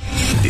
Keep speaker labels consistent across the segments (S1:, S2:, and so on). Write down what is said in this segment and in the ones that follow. S1: The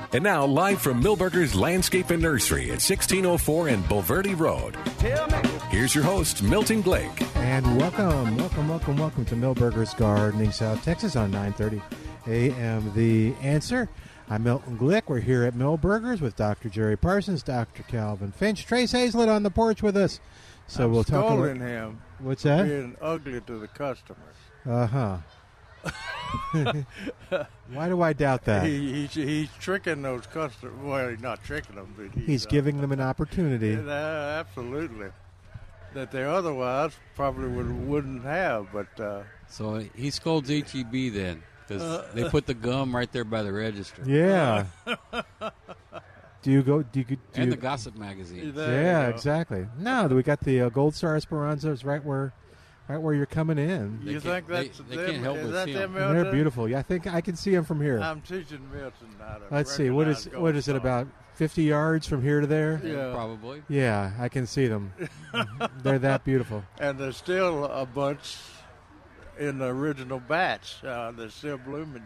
S2: And now, live from Millburgers Landscape and Nursery at 1604 and Bulverde Road, here's your host, Milton Blake.
S3: And welcome, welcome, welcome, welcome to Millburgers Gardening, South Texas on 9:30 a.m. The Answer. I'm Milton Glick. We're here at Millburgers with Dr. Jerry Parsons, Dr. Calvin Finch, Trace Hazlett on the porch with us. So
S4: I'm
S3: we'll talk. a
S4: scolding
S3: li-
S4: him.
S3: What's
S4: for
S3: that?
S4: Being ugly to the customers.
S3: Uh huh. Uh-huh. Why do I doubt that?
S4: He, he's, he's tricking those customers. Well, he's not tricking them. But he's,
S3: He's
S4: uh,
S3: giving them an opportunity.
S4: yeah, absolutely. That they otherwise probably would, wouldn't have. But uh,
S5: So he scolds HEB then, because they put the gum right there by the register
S3: Yeah. Do you go? Do you? Do you,
S5: and the gossip magazine.
S4: there you
S3: yeah,
S4: go.
S3: exactly. No, we got the uh, Gold Star Esperanza is right where, right where you're coming in.
S4: You
S5: They
S4: think
S5: can't-
S4: that's
S5: they- they
S4: them?
S5: can't help
S4: is
S5: but
S4: that
S5: see
S4: them,
S5: 'em.
S3: And they're
S4: Milton?
S3: beautiful. Yeah, I think I can see them from here.
S4: I'm teaching Milton how to
S3: Let's see. What is
S4: recognize
S3: what is it
S4: gold star.
S3: about? Fifty yards from here to there.
S4: Yeah.
S5: Probably.
S3: Yeah, I can see them. they're that beautiful.
S4: And there's still a bunch in the original batch. Uh, they're still blooming,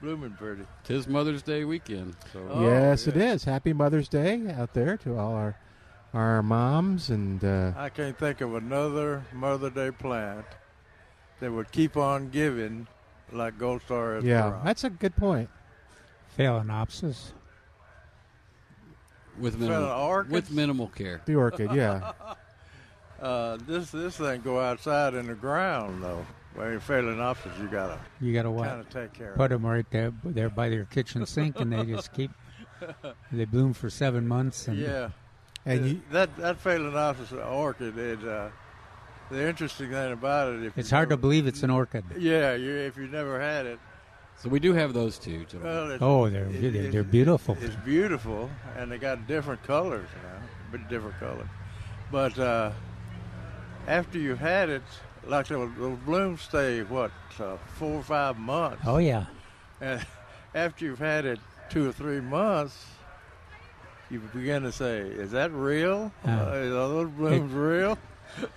S4: blooming pretty.
S5: Tis Mother's Day weekend, so
S4: Oh,
S3: yes, it
S4: yes.
S3: is. Happy Mother's Day out there to all our our moms and uh,
S4: I can't think of another Mother Day plant that would keep on giving like Gold Star is.
S3: yeah, that's a good point.
S6: Phalaenopsis.
S5: with
S4: Fella,
S5: minimal,
S4: orchids?
S5: with minimal care.
S3: The orchid, yeah,
S4: uh, this this thing go outside in the ground though. Well, you're failing options. You gotta
S6: You got to
S4: kind
S6: what?
S4: of take care of.
S6: Put
S4: it.
S6: them right there, there by their kitchen sink, and they just keep. They bloom for seven months, and
S4: Yeah,
S3: and
S4: Yeah,
S3: you,
S4: that that phalaenopsis orchid is uh, the interesting thing about it. If
S6: it's
S4: you
S6: hard to
S4: never-
S6: believe it's an orchid.
S4: Yeah, you, if you never had it,
S5: So we do have those two. gentlemen.
S4: well, it's,
S6: Oh, they're
S4: it-
S6: they're,
S4: it's-
S6: they're beautiful.
S4: It's beautiful, and they got different colors now, but different colors. But uh, after you had it, like the, the blooms stay what uh, four or five months,
S6: Oh yeah,
S4: and after you've had it two or three months, you begin to say, "Is that real?
S6: Uh,
S4: Uh, are those blooms real?"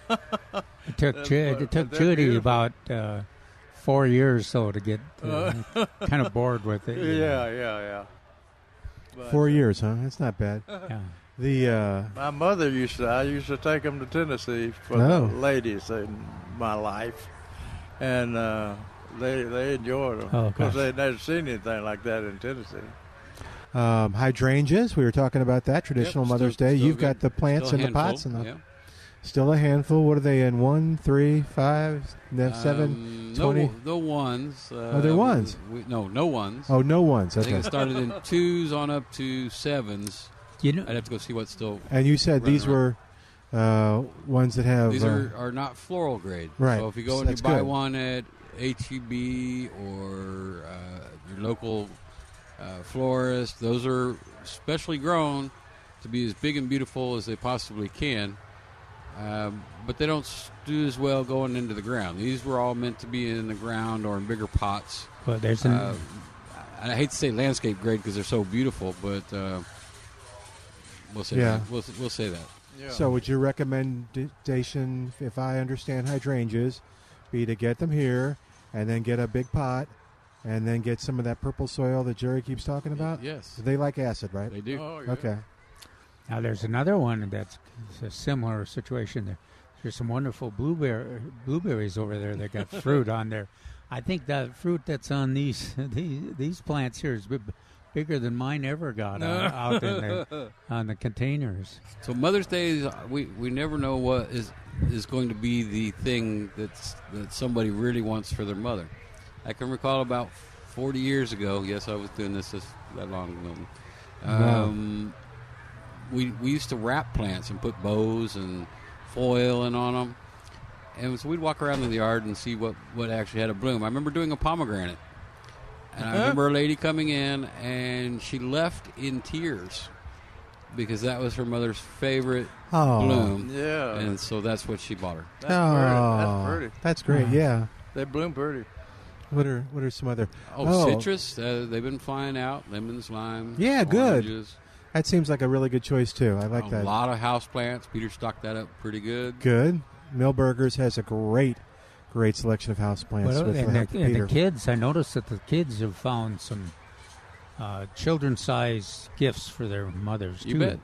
S6: it took
S4: That's
S6: Ju-
S4: what-
S6: it took
S4: they're
S6: Judy
S4: beautiful.
S6: about uh, four years so to get uh, kind of bored with it.
S4: Yeah,
S6: you know.
S4: yeah, yeah. But,
S3: four
S4: uh,
S3: years, huh? That's not bad.
S6: Yeah.
S3: The uh,
S4: My mother used to. I used to take them to Tennessee for
S3: Oh.
S4: the ladies in my life, and uh, they they enjoyed them
S6: Oh,
S4: because
S6: gosh.
S4: they never seen anything like that in Tennessee.
S3: um, hydrangeas, we were talking about that traditional
S5: Yep,
S3: Mother's
S5: still-
S3: Day.
S5: still
S3: You've got
S5: good.
S3: the plants
S5: Still
S3: and
S5: a
S3: the pots and
S5: handful,
S3: the, still a handful. What are they in? One, three, five,
S5: yeah.
S3: ne- seven.
S5: Um,
S3: 20.
S5: No, no ones. Uh,
S3: Oh, they're ones.
S5: We, no, no ones.
S3: Oh, no ones.
S5: I think
S3: Okay.
S5: it started in twos on up to sevens.
S6: You know,
S5: I'd have to go see what's still.
S3: And you said
S5: Right,
S3: these were uh, ones that have.
S5: These
S3: uh,
S5: are, are not floral grade.
S3: Right.
S5: So if you go and
S3: That's
S5: you buy
S3: good.
S5: one at HEB or uh, your local uh, florist, those are specially grown to be as big and beautiful as they possibly can. Um, but they don't s- do as well going into the ground. These were all meant to be in the ground or in bigger pots.
S6: well, there's an,
S4: Um,
S5: Uh, and I hate to say landscape grade because they're so beautiful, but uh, we'll say
S3: Yeah.
S5: that. We'll, we'll say that.
S4: Yeah.
S3: uh, So, would your recommendation, if I understand hydrangeas, be to get them here and then get a big pot and then get some of that purple soil that Jerry keeps talking about?
S5: Yes,
S3: They like acid, right?
S5: they do.
S4: Oh, yeah.
S3: Okay.
S6: now there's another one that's it's a similar situation. There, there's some wonderful blueberry blueberries over there that got fruit on there. I think that fruit that's on these these, these plants here is b- bigger than mine ever got on, out in the, on the containers.
S5: So Mother's Day is we, we never know what is is going to be the thing that's that somebody really wants for their mother. I can recall about forty years ago. Yes, I was doing this, this that long ago. Um, We we used to wrap plants and put bows and foil and on them, and so we'd walk around in the yard and see what what actually had a bloom. I remember doing a pomegranate. And I remember a lady coming in, and she left in tears because that was her mother's favorite
S3: Oh.
S5: bloom.
S4: Yeah.
S5: And so that's Mm-hmm. what she bought her.
S4: That's
S3: oh,
S4: pretty. That's pretty.
S3: that's great. Yeah.
S4: They bloom pretty.
S3: What are what are some other?
S5: Oh, citrus. Uh, they've been flying out. Lemons, lime.
S3: Yeah, good.
S5: oranges.
S3: That seems like a really good choice too. I like
S5: a
S3: that.
S5: lot of house plants. Peter stocked that up pretty good.
S3: Good. Millburgers has a great, great selection of houseplants
S6: Well,
S3: with
S6: and,
S3: uh,
S6: the, and the
S3: Peter.
S6: kids, I noticed that the kids have found some uh, children-sized gifts for their mothers
S5: You
S6: too.
S5: bet.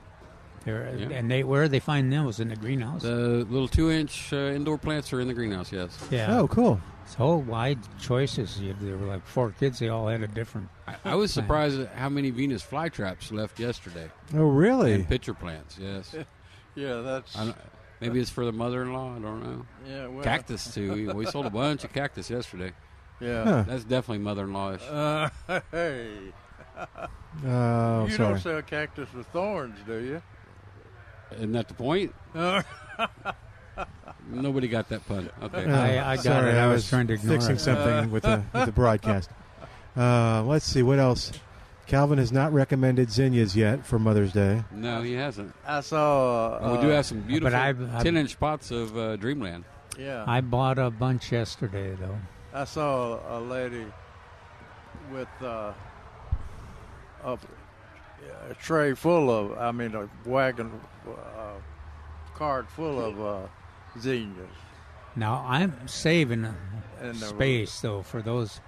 S6: They're-
S5: Yeah.
S6: And they where they find those in the greenhouse.
S5: The little two-inch uh, indoor plants are in the greenhouse. Yes.
S6: yeah.
S3: Oh, cool.
S6: It's whole wide choices. You- There were like four kids. They all had a different.
S5: I, I was surprised at how many Venus flytraps left yesterday.
S3: Oh, really?
S5: And pitcher plants. Yes.
S4: Yeah, that's
S5: I don't, maybe it's for the mother-in-law. I don't know.
S4: yeah. Well,
S5: Cactus too. We, we sold a bunch of cactus yesterday.
S4: Yeah.
S3: Huh.
S5: That's definitely mother-in-law. ish
S4: Uh, hey,
S3: Oh,
S4: you
S3: sorry.
S4: don't sell cactus with thorns, do you?
S5: Isn't that the point?
S4: Uh,
S5: Nobody got that pun. Okay.
S3: Oh,
S6: I- I got
S3: sorry,
S6: it. I was trying to ignore
S3: fixing
S6: it.
S3: something with the with the broadcast. Uh, let's see what else. Calvin has not recommended zinnias yet for Mother's Day.
S5: No, he hasn't.
S4: I saw. Uh,
S5: And we do have some beautiful
S6: I've- I've-
S5: 10 inch pots of uh, Dreamland.
S4: Yeah.
S6: I bought a bunch yesterday though.
S4: I saw a lady with uh, a, a tray full of, I mean, a wagon uh, cart full of uh, zinnias.
S6: Now I'm saving uh,
S4: And the-
S6: space though for those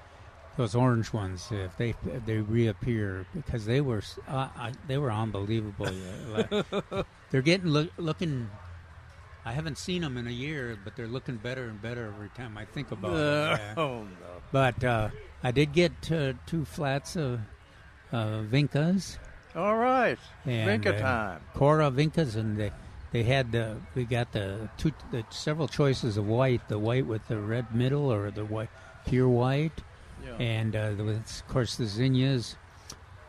S6: those orange ones if they if they reappear because they were s- uh, I, they were unbelievable. Yeah, like, they're getting look, looking. I haven't seen them in a year, but they're looking better and better every time I think about it. Yeah.
S4: Oh no!
S6: But uh, I did get uh, two flats of uh, Vinkas.
S4: All right,
S6: And,
S4: Vinca
S6: uh,
S4: time.
S6: Cora Vincas, and they they had the we got the two the several choices of white, the white with the red middle or the white pure white, and uh, there was, of course the zinnias,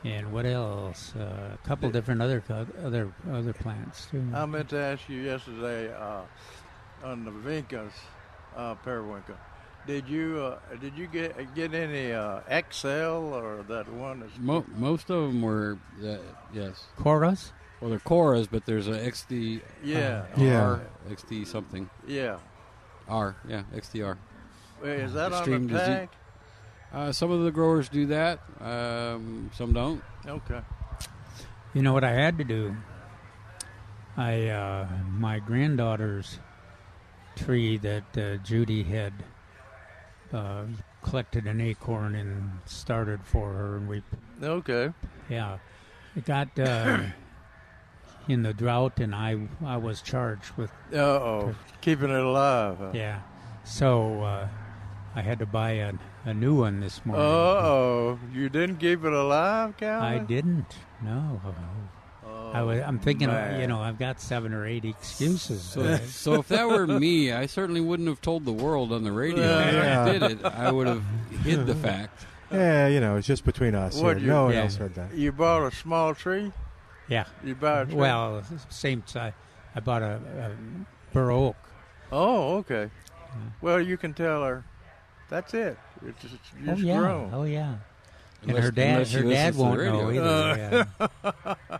S6: and what else? Uh, a couple different other co- other other plants too.
S4: I meant to ask you yesterday uh, on the Vincas, uh, periwinkle. Did you uh, did you get get any uh, XL or that one? That's,
S5: Mo- most of them were, uh, yes.
S6: Coras.
S5: Well, they're Coras, but there's a XD.
S4: yeah,
S3: Yeah.
S5: R, XD something.
S4: yeah.
S5: R, yeah, XDR.
S4: Is that
S5: Extreme
S4: on the
S5: disease.
S4: tag?
S5: Uh, some of the growers do that, um, some don't.
S4: Okay.
S6: You know what I had to do? I uh, my granddaughter's tree that uh, Judy had uh, collected an acorn and started for her, and we
S4: Okay.
S6: yeah, it got uh, in the drought, and I I was charged with
S4: Uh oh. Keeping it alive. huh?
S6: yeah, so uh, I had to buy a, a new one this
S4: Uh
S6: morning.
S4: oh. You didn't keep it alive,
S6: I
S4: Calvin?
S6: didn't. No, I was, I'm thinking. You
S4: Oh, man.
S6: know, I've got seven or eight excuses.
S5: Oh,
S6: Uh,
S5: So, so if that were me, I certainly wouldn't have told the world on the radio
S3: Yeah.
S5: that I did it. I would have hid the fact.
S3: Uh, Yeah, you know, it's just between us.
S4: What
S3: here.
S4: you-
S3: no one
S6: yeah.
S3: else heard that.
S4: You bought a small tree?
S6: yeah.
S4: You bought a tree?
S6: Well, s- same size. I bought a, a bur oak.
S4: Oh, okay. Well, you can tell her. That's it. It's just it's
S6: oh yeah.
S4: grown.
S6: Oh yeah. And
S5: Unless-
S6: her dad,
S5: unless she
S6: her dad
S5: listens to the
S6: won't
S5: radio. Uh,
S6: know either. yeah. Oh.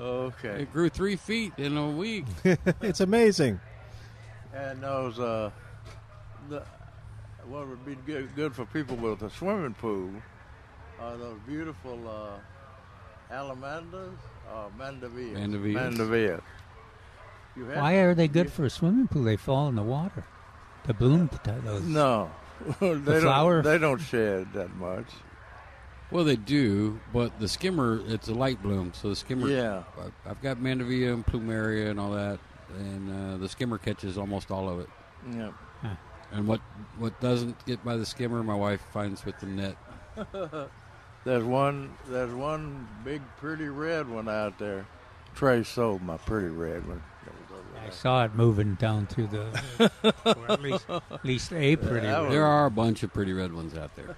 S4: Okay.
S5: It grew three feet in a week.
S3: It's amazing.
S4: And those uh, the what would be good, good for people with a swimming pool are those beautiful uh, alamandas or mandavillas.
S5: Mandevillas.
S4: Mandevillas. You have
S6: Why are they good for a swimming pool? They fall in the water. The bloom potatoes.
S4: No, they don't.
S6: flower?
S4: They don't shed that much.
S5: Well, they do, but the skimmer, it's a light bloom. So the skimmer,
S4: Yeah.
S5: I- I've got Mandevilla and Plumeria and all that, and uh, the skimmer catches almost all of it.
S4: Yeah.
S5: And what what doesn't get by the skimmer, my wife finds with the net.
S4: There's one. There's one big pretty red one out there. Trey sold my pretty red one. That was over
S6: I
S4: there.
S6: saw it moving down through the, or at least, at least a pretty.
S4: that
S6: red.
S4: was-
S5: There are a bunch of pretty red ones out there.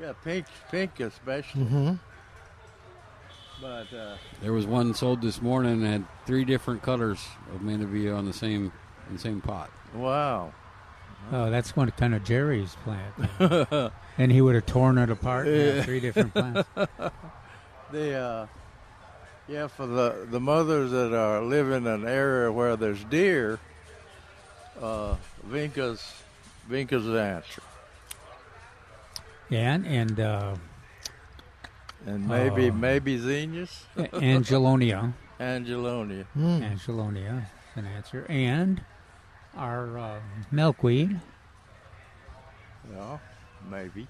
S4: Yeah, pink, pink especially.
S6: Mm-hmm.
S4: But uh,
S5: There was one sold this morning that had three different colors of manavilla on the same in the same pot.
S4: wow,
S6: Oh, that's one kind of Jerry's plant. and he would have torn it apart. and had three different plants.
S4: the uh, yeah for the the mothers that are living in an area where there's deer, uh, Vinca's Vinca's the answer,
S6: And and uh,
S4: and maybe
S6: Oh.
S4: maybe Xenius,
S6: Angelonia,
S4: Angelonia.
S6: Hmm. Angelonia, is an answer. And our uh, milkweed.
S4: Yeah, maybe.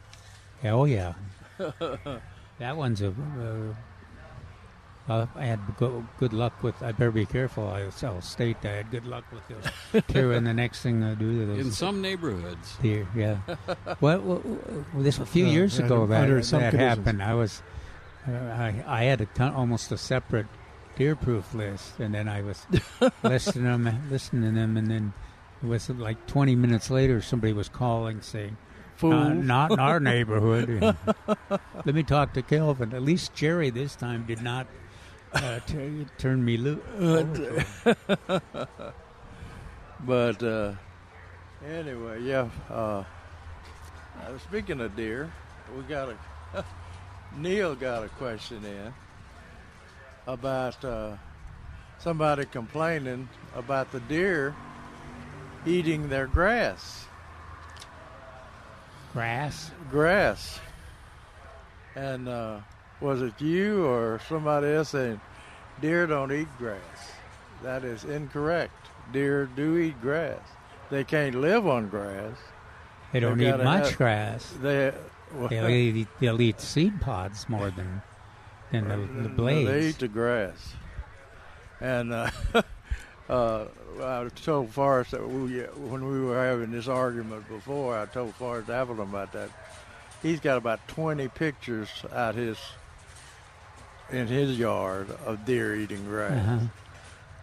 S6: Hell yeah, that one's a. Uh, uh, I had go, good luck with. I better be careful. I, I'll state that I had good luck with those two, and the next thing I do to those
S5: In some neighborhoods,
S6: Deer, yeah. well, well, well, this a few
S3: Yeah,
S6: years
S3: yeah,
S6: ago
S3: under-
S6: that,
S3: under some
S6: that
S3: conditions.
S6: happened. I was, uh, I, I had a ton, almost a separate deer proof list, and then I was listening to them, listening to them, and then it was like 20 minutes later somebody was calling saying,
S7: Fool.
S6: "Not- not in our neighborhood. And Let me talk to Kelvin. At least Jerry this time did not uh, t- turn me loose.
S4: But uh, anyway, yeah. Uh, uh, speaking of deer, we got a Neil got a question in about uh, somebody complaining about the deer eating their grass,
S6: grass.
S4: grass, and uh, was it you or somebody else saying deer don't eat grass? That is incorrect. Deer do eat grass. They can't live on grass.
S6: They don't
S4: They've
S6: eat
S4: gotta
S6: much
S4: have-
S6: grass.
S4: They well,
S6: They'll eat, they'll eat seed pods more than than the, the blades.
S4: They eat the grass, and uh, uh, I told Forrest that we, when we were having this argument before, I told Forrest Appleton about that. He's got about twenty pictures out his in his yard of deer eating grass.
S6: Uh-huh.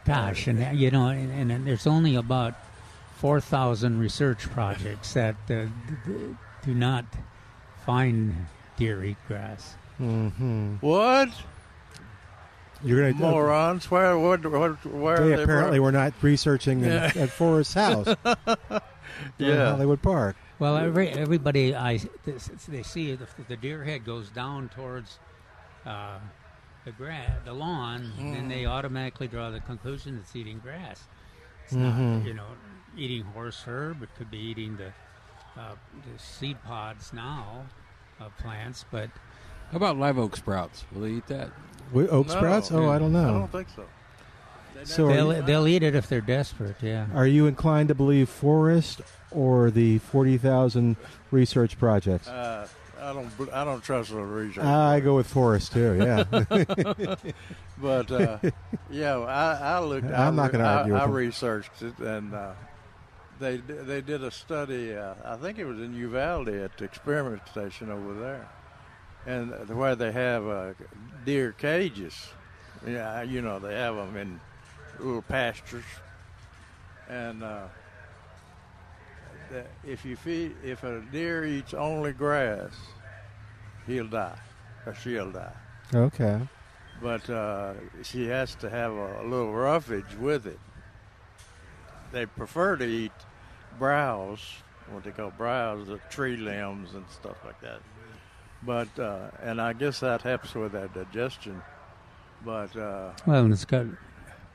S6: Gosh, and that- you know, and, and, then there's only about four thousand research projects that uh, d- d- do not find deer eat grass.
S4: What
S3: You're gonna
S4: morons? Where? What? What? Where?
S3: They
S4: are they
S3: apparently
S4: from?
S3: were not researching in, at Forrest's house in
S4: Yeah.
S3: Hollywood Park.
S6: Well, every, everybody I this, they see the, the deer head goes down towards uh, the gra- the lawn, and then they automatically draw the conclusion it's eating grass. It's not, you know, eating horse herb. It could be eating the, uh, the seed pods now of plants, but
S5: how about live oak sprouts? Will they eat that?
S3: We, oak
S4: No,
S3: sprouts? Oh, I don't
S4: I
S3: know.
S4: don't think so.
S3: so are you, Uh,
S6: they'll, they'll eat it if they're desperate. Yeah.
S3: are you inclined to believe Forrest or the forty thousand research projects?
S4: Uh, I don't. bl- I don't trust the research.
S3: I go with Forrest too. Yeah.
S4: But uh, yeah, I, I looked. I
S3: I'm not
S4: re-
S3: gonna argue
S4: I,
S3: with
S4: I
S3: him.
S4: researched it, and uh, they d- they did a study. Uh, I think it was in Uvalde at the experiment station over there, and where they have uh, deer cages. Yeah, you know they have them in little pastures, and uh, the, if you feed if a deer eats only grass, he'll die or she'll die
S3: okay.
S4: but uh, she has to have a, a little roughage with it. They prefer to eat browse, what they call browse, the tree limbs and stuff like that. But uh, and I guess that helps with their digestion. But uh,
S6: Well, and it's got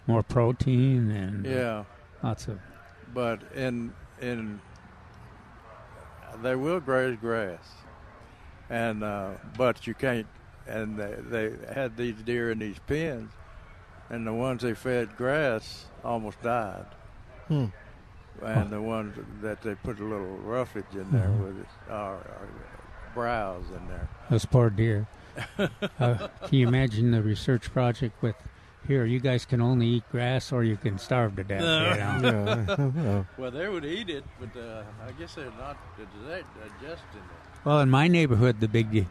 S6: more protein and
S4: yeah,
S6: lots of
S4: but in in they will graze grass, and uh, but you can't. And they, they had these deer in these pens, and the ones they fed grass almost died, and the ones that they put a little roughage in there with it, or, or browse in there.
S6: Those poor deer. uh, can you imagine the research project with here? You guys can only eat grass, or you can starve to death. you know?
S3: Yeah.
S4: Well, they would eat it, but uh, I guess they're not digesting it.
S6: Well, in my neighborhood, the big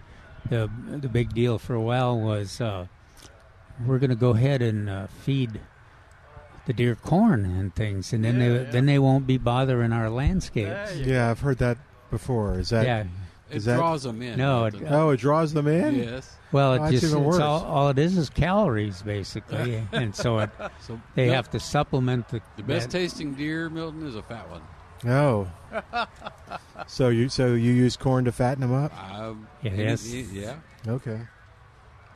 S6: the the big deal for a while was uh, we're going to go ahead and uh, feed the deer corn and things, and then
S4: Yeah,
S6: they
S4: yeah.
S6: then they won't be bothering our landscapes.
S4: There you
S3: Yeah, I've heard that before. Is that?
S6: yeah.
S5: It
S3: Is that-
S5: draws them in.
S6: No,
S5: doesn't
S6: it-
S3: Oh, it draws them in.
S5: yes.
S6: Well, it
S3: That's
S6: just
S3: even
S6: it's
S3: worse.
S6: all, all it is is calories basically, and so it,
S5: So
S6: they
S5: the-
S6: have to supplement the
S5: The best
S6: that-
S5: tasting deer, Milton, is a fat one.
S3: Oh. so you so you use corn to fatten them up?
S5: Um,
S6: Yeah,
S5: and it-
S6: yes.
S5: it- yeah,
S3: Okay.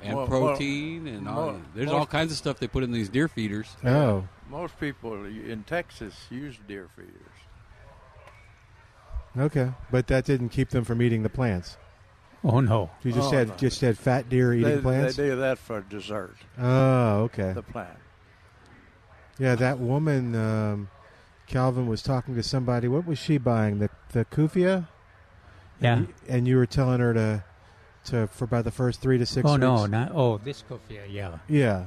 S5: and
S4: Well, well,
S5: protein and all.
S4: well,
S5: There's
S4: well-
S5: all kinds of stuff they put in these deer feeders.
S3: Oh.
S4: Most people in Texas use deer feeders.
S3: Okay. But that didn't keep them from eating the plants.
S6: Oh no,
S3: You just
S4: Oh,
S3: had
S4: no.
S3: just had fat deer eating
S4: They,
S3: plants.
S4: they do that for dessert.
S3: oh, okay.
S4: The plant.
S3: Yeah, that woman um, Calvin was talking to somebody. What was she buying? The the kufia?
S6: yeah.
S3: And you- And you were telling her to to for about the first 3 to 6
S6: Oh
S3: weeks.
S6: no, not oh this coffee, yeah.
S3: Yeah.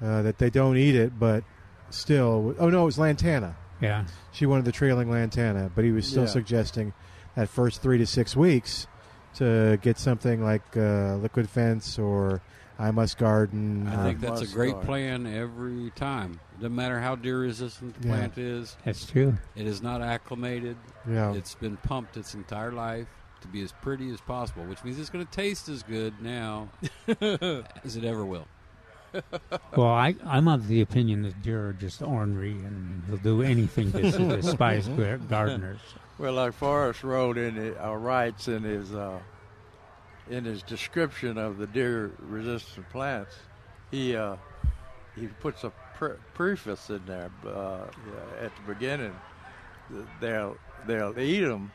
S3: Uh, that they don't eat it, but still. Oh no, it was lantana.
S6: Yeah.
S3: She wanted the trailing lantana, but he was still
S4: Yeah.
S3: suggesting that first three to six weeks to get something like uh, liquid fence or I must garden.
S5: I
S3: or-
S5: think that's a
S4: must
S5: great
S4: start.
S5: plan every time. Doesn't matter how deer resistant the
S3: Yeah.
S5: plant is.
S6: That's true.
S5: It is not acclimated.
S3: yeah,
S5: It's been pumped its entire life to be as pretty as possible, which means it's going to taste as good now as it ever will.
S6: Well, I, I'm of the opinion that deer are just ornery and they'll do anything to to despise gar- gardeners.
S4: Well, like Forrest wrote in it, uh, writes in his uh, in his description of the deer-resistant plants, he uh, he puts a pre- preface in there uh, at the beginning. that They'll they'll eat them,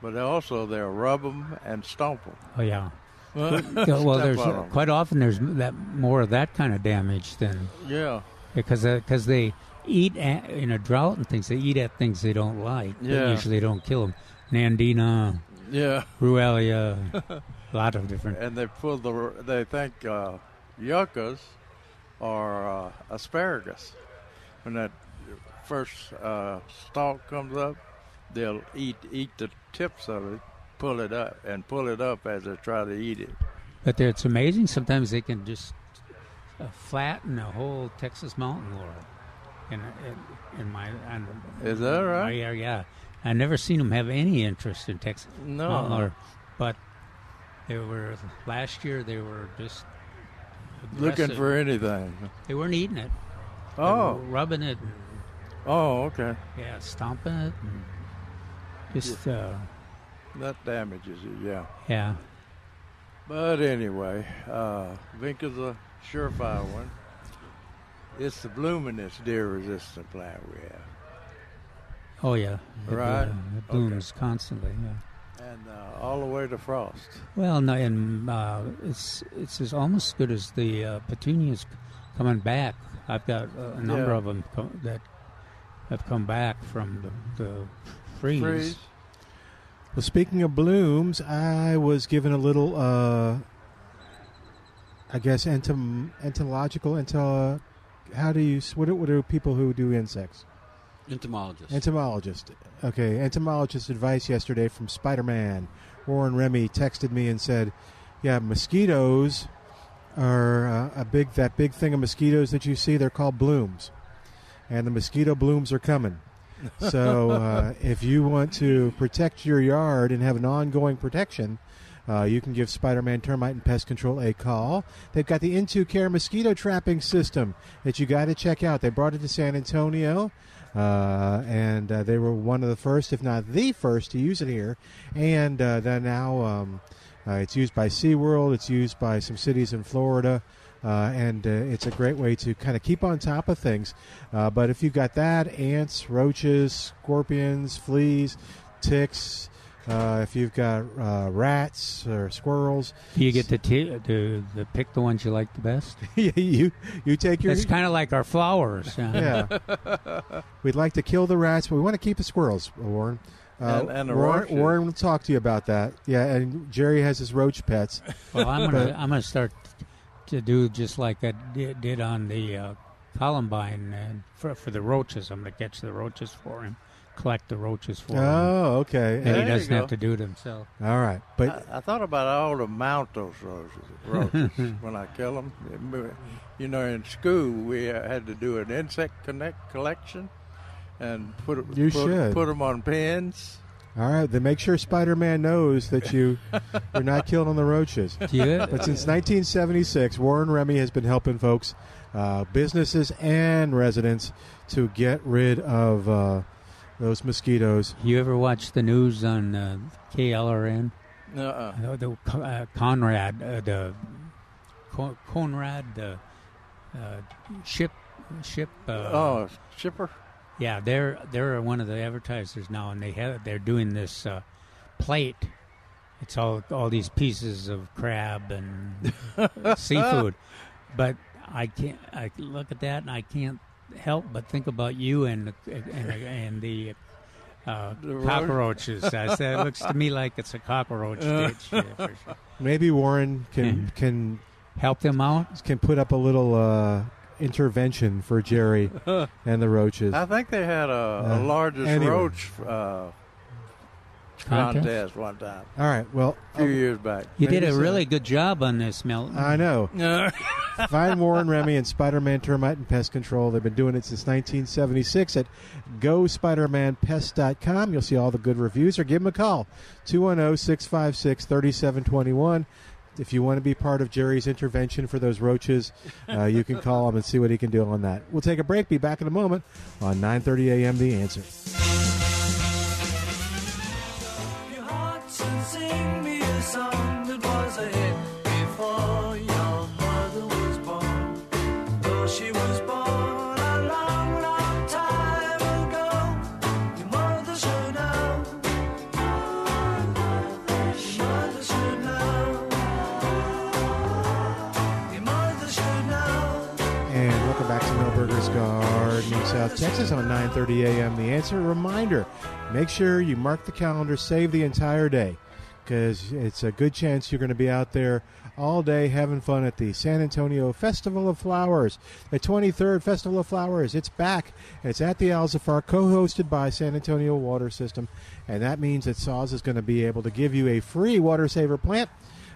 S4: but also they'll rub them and stomp them.
S6: Oh yeah. Yeah, well, there's
S4: on 'em.
S6: quite often there's that more of that kind of damage than
S4: Yeah,
S6: because because they eat at, in a drought and things they eat at things they don't like. They
S4: Yeah.
S6: usually don't kill them. Nandina,
S4: yeah.
S6: Ruellia, a lot of different.
S4: And they pull the they think uh, yuccas are uh, asparagus. When that first uh, stalk comes up, they'll eat eat the tips of it, pull it up, and pull it up as they try to eat it.
S6: But they're- it's amazing sometimes they can just uh, flatten a whole Texas mountain laurel. In, in, in my on,
S4: Is that right?
S6: Yeah, yeah. I never seen them have any interest in Texas
S4: No.
S6: mountain laurel, but they were last year. They were just
S4: Looking
S6: aggressive.
S4: for anything.
S6: They weren't eating it. They were
S4: Oh,
S6: rubbing it. And,
S4: oh, okay.
S6: yeah, stomping it. And just uh,
S4: That damages it, yeah.
S6: yeah.
S4: But anyway, uh, Vinca's a surefire one. It's the bloominest deer-resistant plant we have.
S6: Oh yeah. It,
S4: Right.
S6: uh, it blooms constantly. Yeah.
S4: And uh, all the way to frost.
S6: Well, no, and uh, it's it's as almost as good as the uh, petunias c- coming back. I've got a a number
S4: Yeah.
S6: of 'em of them co- that have come back from the, the freeze.
S4: Freeze.
S3: Well, speaking of blooms, I was given a little, uh, I guess, entom- entomological, ento- how do you, what do, what do people who do insects?
S5: Entomologist.
S3: Entomologist. Okay, entomologist advice yesterday from Spider Man. Warren Remy texted me and said, "Yeah, mosquitoes are uh, a big that big thing of mosquitoes that you see. They're called blooms, and the mosquito blooms are coming. So uh, if you want to protect your yard and have an ongoing protection." Uh, you can give Spider-Man Termite and Pest Control a call. They've got the Into Care mosquito trapping system that you got to check out. They brought it to San Antonio uh, and uh, they were one of the first, if not the first, to use it here. And uh, then now um, uh, it's used by SeaWorld, it's used by some cities in Florida. Uh, and uh, it's a great way to kind of keep on top of things. Uh, but if you've got that, ants, roaches, scorpions, fleas, ticks, uh, if you've got uh, rats or squirrels,
S6: Do you get to, t- to, to pick the ones you like the best?
S3: you you take your
S6: That's kind of like our flowers. yeah.
S3: yeah. We'd like to kill the rats, but we want to keep the squirrels, Warren. Uh,
S4: And- and the
S3: Warren,
S4: roaches.
S3: Warren will talk to you about that. Yeah, and Jerry has his roach pets.
S6: Well, I'm gonna I'm gonna start to do just like I did, did uh, on the uh, columbine and for for the roaches. I'm gonna catch the roaches for him collect the roaches for him,
S3: Oh, okay.
S6: and
S4: There
S6: he
S4: you
S6: doesn't have
S4: go.
S6: to do it himself.
S3: All right, but
S4: I, I thought about all to mount those roses, roaches when I kill them. You know, in school we uh, had to do an insect connect collection and put it-
S3: You
S4: put,
S3: should.
S4: put them on pins.
S3: all right, then make sure Spider-Man knows that you you're not killing the roaches.
S6: Do you?
S3: But since 1976, Warren Remy has been helping folks, uh, businesses and residents, to get rid of uh, those mosquitoes.
S6: you ever watch the news on uh, KLRN?
S4: Uh-uh.
S6: Uh, the, uh, Conrad, uh, the Co- Conrad, the uh, ship, ship. Uh,
S4: Oh, chipper.
S6: Yeah, they're they're one of the advertisers now, and they have they're doing this uh, plate. It's all all these pieces of crab and seafood, but I can't. I look at that and I can't help but think about you and the, and, and the. Uh,
S4: ro-
S6: cockroaches. I said, it looks to me like it's a cockroach
S3: Uh.
S6: ditch. Yeah, for sure.
S3: Maybe Warren can can
S6: Help them out.
S3: can put up a little uh, intervention for Jerry and the roaches.
S4: I think they had a,
S3: Uh,
S4: a largest
S3: anyway.
S4: roach uh,
S6: Contest?
S4: contest one time
S3: All right, well,
S4: a few years back.
S6: You did
S3: Maybe
S6: a
S3: so. Uh,
S6: really good job on this, Milton.
S3: I know. Find Warren Remy and Spider Man Termite and Pest Control. They've been doing it since 1976 at gospidermanpest.com. You'll see all the good reviews or give them a call oh, 210 656 3721. If you want to be part of Jerry's intervention for those roaches, uh, you can call him and see what he can do on that. We'll take a break. Be back in a moment on 9:30 a.m. The Answer.
S7: your hearts and sing me a song that was a hit before your mother was born. Though she was born a long, long time ago, your mother should know. Your mother should know. Your mother should know.
S3: And welcome back to Millburgers Garden, South Texas on 9:30 a.m. The Answer reminder: Make sure you mark the calendar, save the entire day, because it's a good chance you're going to be out there all day having fun at the San Antonio Festival of Flowers, the 23rd Festival of Flowers. It's back. It's at the Alzafar, co-hosted by San Antonio Water System, and that means that Saws is going to be able to give you a free water saver plant.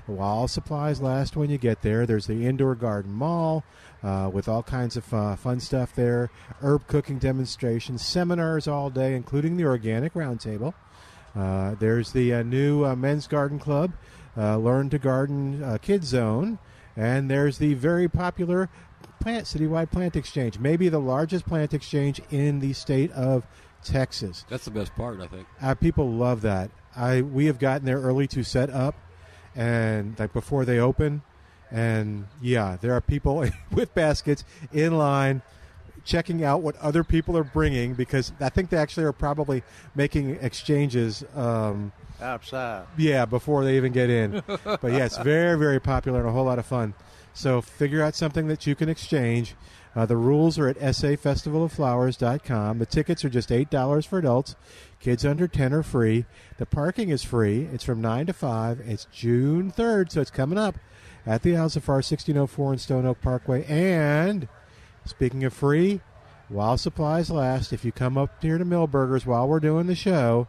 S3: While supplies last when you get there, there's the indoor garden mall uh, with all kinds of uh, fun stuff there, herb cooking demonstrations, seminars all day, including the organic roundtable. Uh, there's the uh, new uh, men's garden club, uh, learn to garden uh, kids zone, and there's the very popular plant citywide plant exchange, maybe the largest plant exchange in the state of Texas.
S5: That's the best part, I think.
S3: Uh, people love that. I we have gotten there early to set up, and like before they open, and yeah, there are people with baskets in line, checking out what other people are bringing because I think they actually are probably making exchanges. Um,
S4: Outside.
S3: yeah, before they even get in. but yeah, it's very, very popular and a whole lot of fun. So figure out something that you can exchange. Uh, the rules are at safestivaloflowers.com. The tickets are just $8 for adults. Kids under 10 are free. The parking is free. It's from 9 to 5. It's June 3rd, so it's coming up at the Alzafar 1604 in Stone Oak Parkway. And speaking of free, while supplies last, if you come up here to Millburgers while we're doing the show,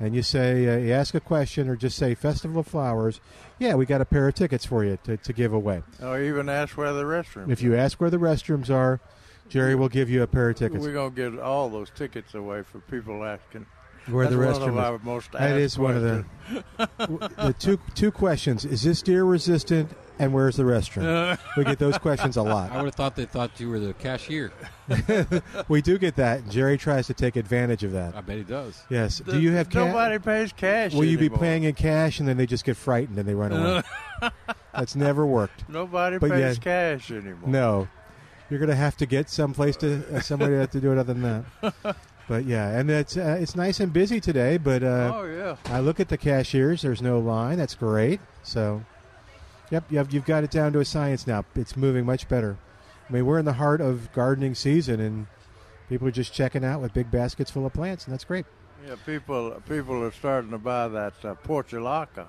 S3: and you say uh, you ask a question or just say Festival of Flowers, yeah, we got a pair of tickets for you to, to give away.
S4: Or even ask where the restroom.
S3: If you ask where the restrooms are, Jerry will give you a pair of tickets.
S4: We're going to get all those tickets away for people asking.
S3: Where the
S4: That's one of
S3: restroom is.
S4: our most
S3: That
S4: asked
S3: is one of the, the two two questions. Is this deer resistant? And where's the restroom? we get those questions a
S5: I
S3: lot.
S5: would have thought they thought you were the cashier.
S3: We do get that. and Jerry tries to take advantage of
S5: I
S3: that.
S5: bet he does.
S3: Yes. Do you have ca-
S4: Nobody pays cash.
S3: Will you be
S4: anymore.
S3: paying in cash and then they just get frightened and they run away? That's never worked.
S4: Nobody
S3: But
S4: pays
S3: yeah.
S4: cash anymore.
S3: No, you're gonna have to get someplace to uh, somebody have to do it other than that. But yeah, and it's uh, it's nice and busy today. But uh,
S4: Oh yeah.
S3: I look at the cashiers. There's no line. That's great. So, yep, you have, you've got it down to a science now. It's moving much better. I mean, we're in the heart of gardening season, and people are just checking out with big baskets full of plants, and that's great.
S4: Yeah, people people are starting to buy that uh, portulaca.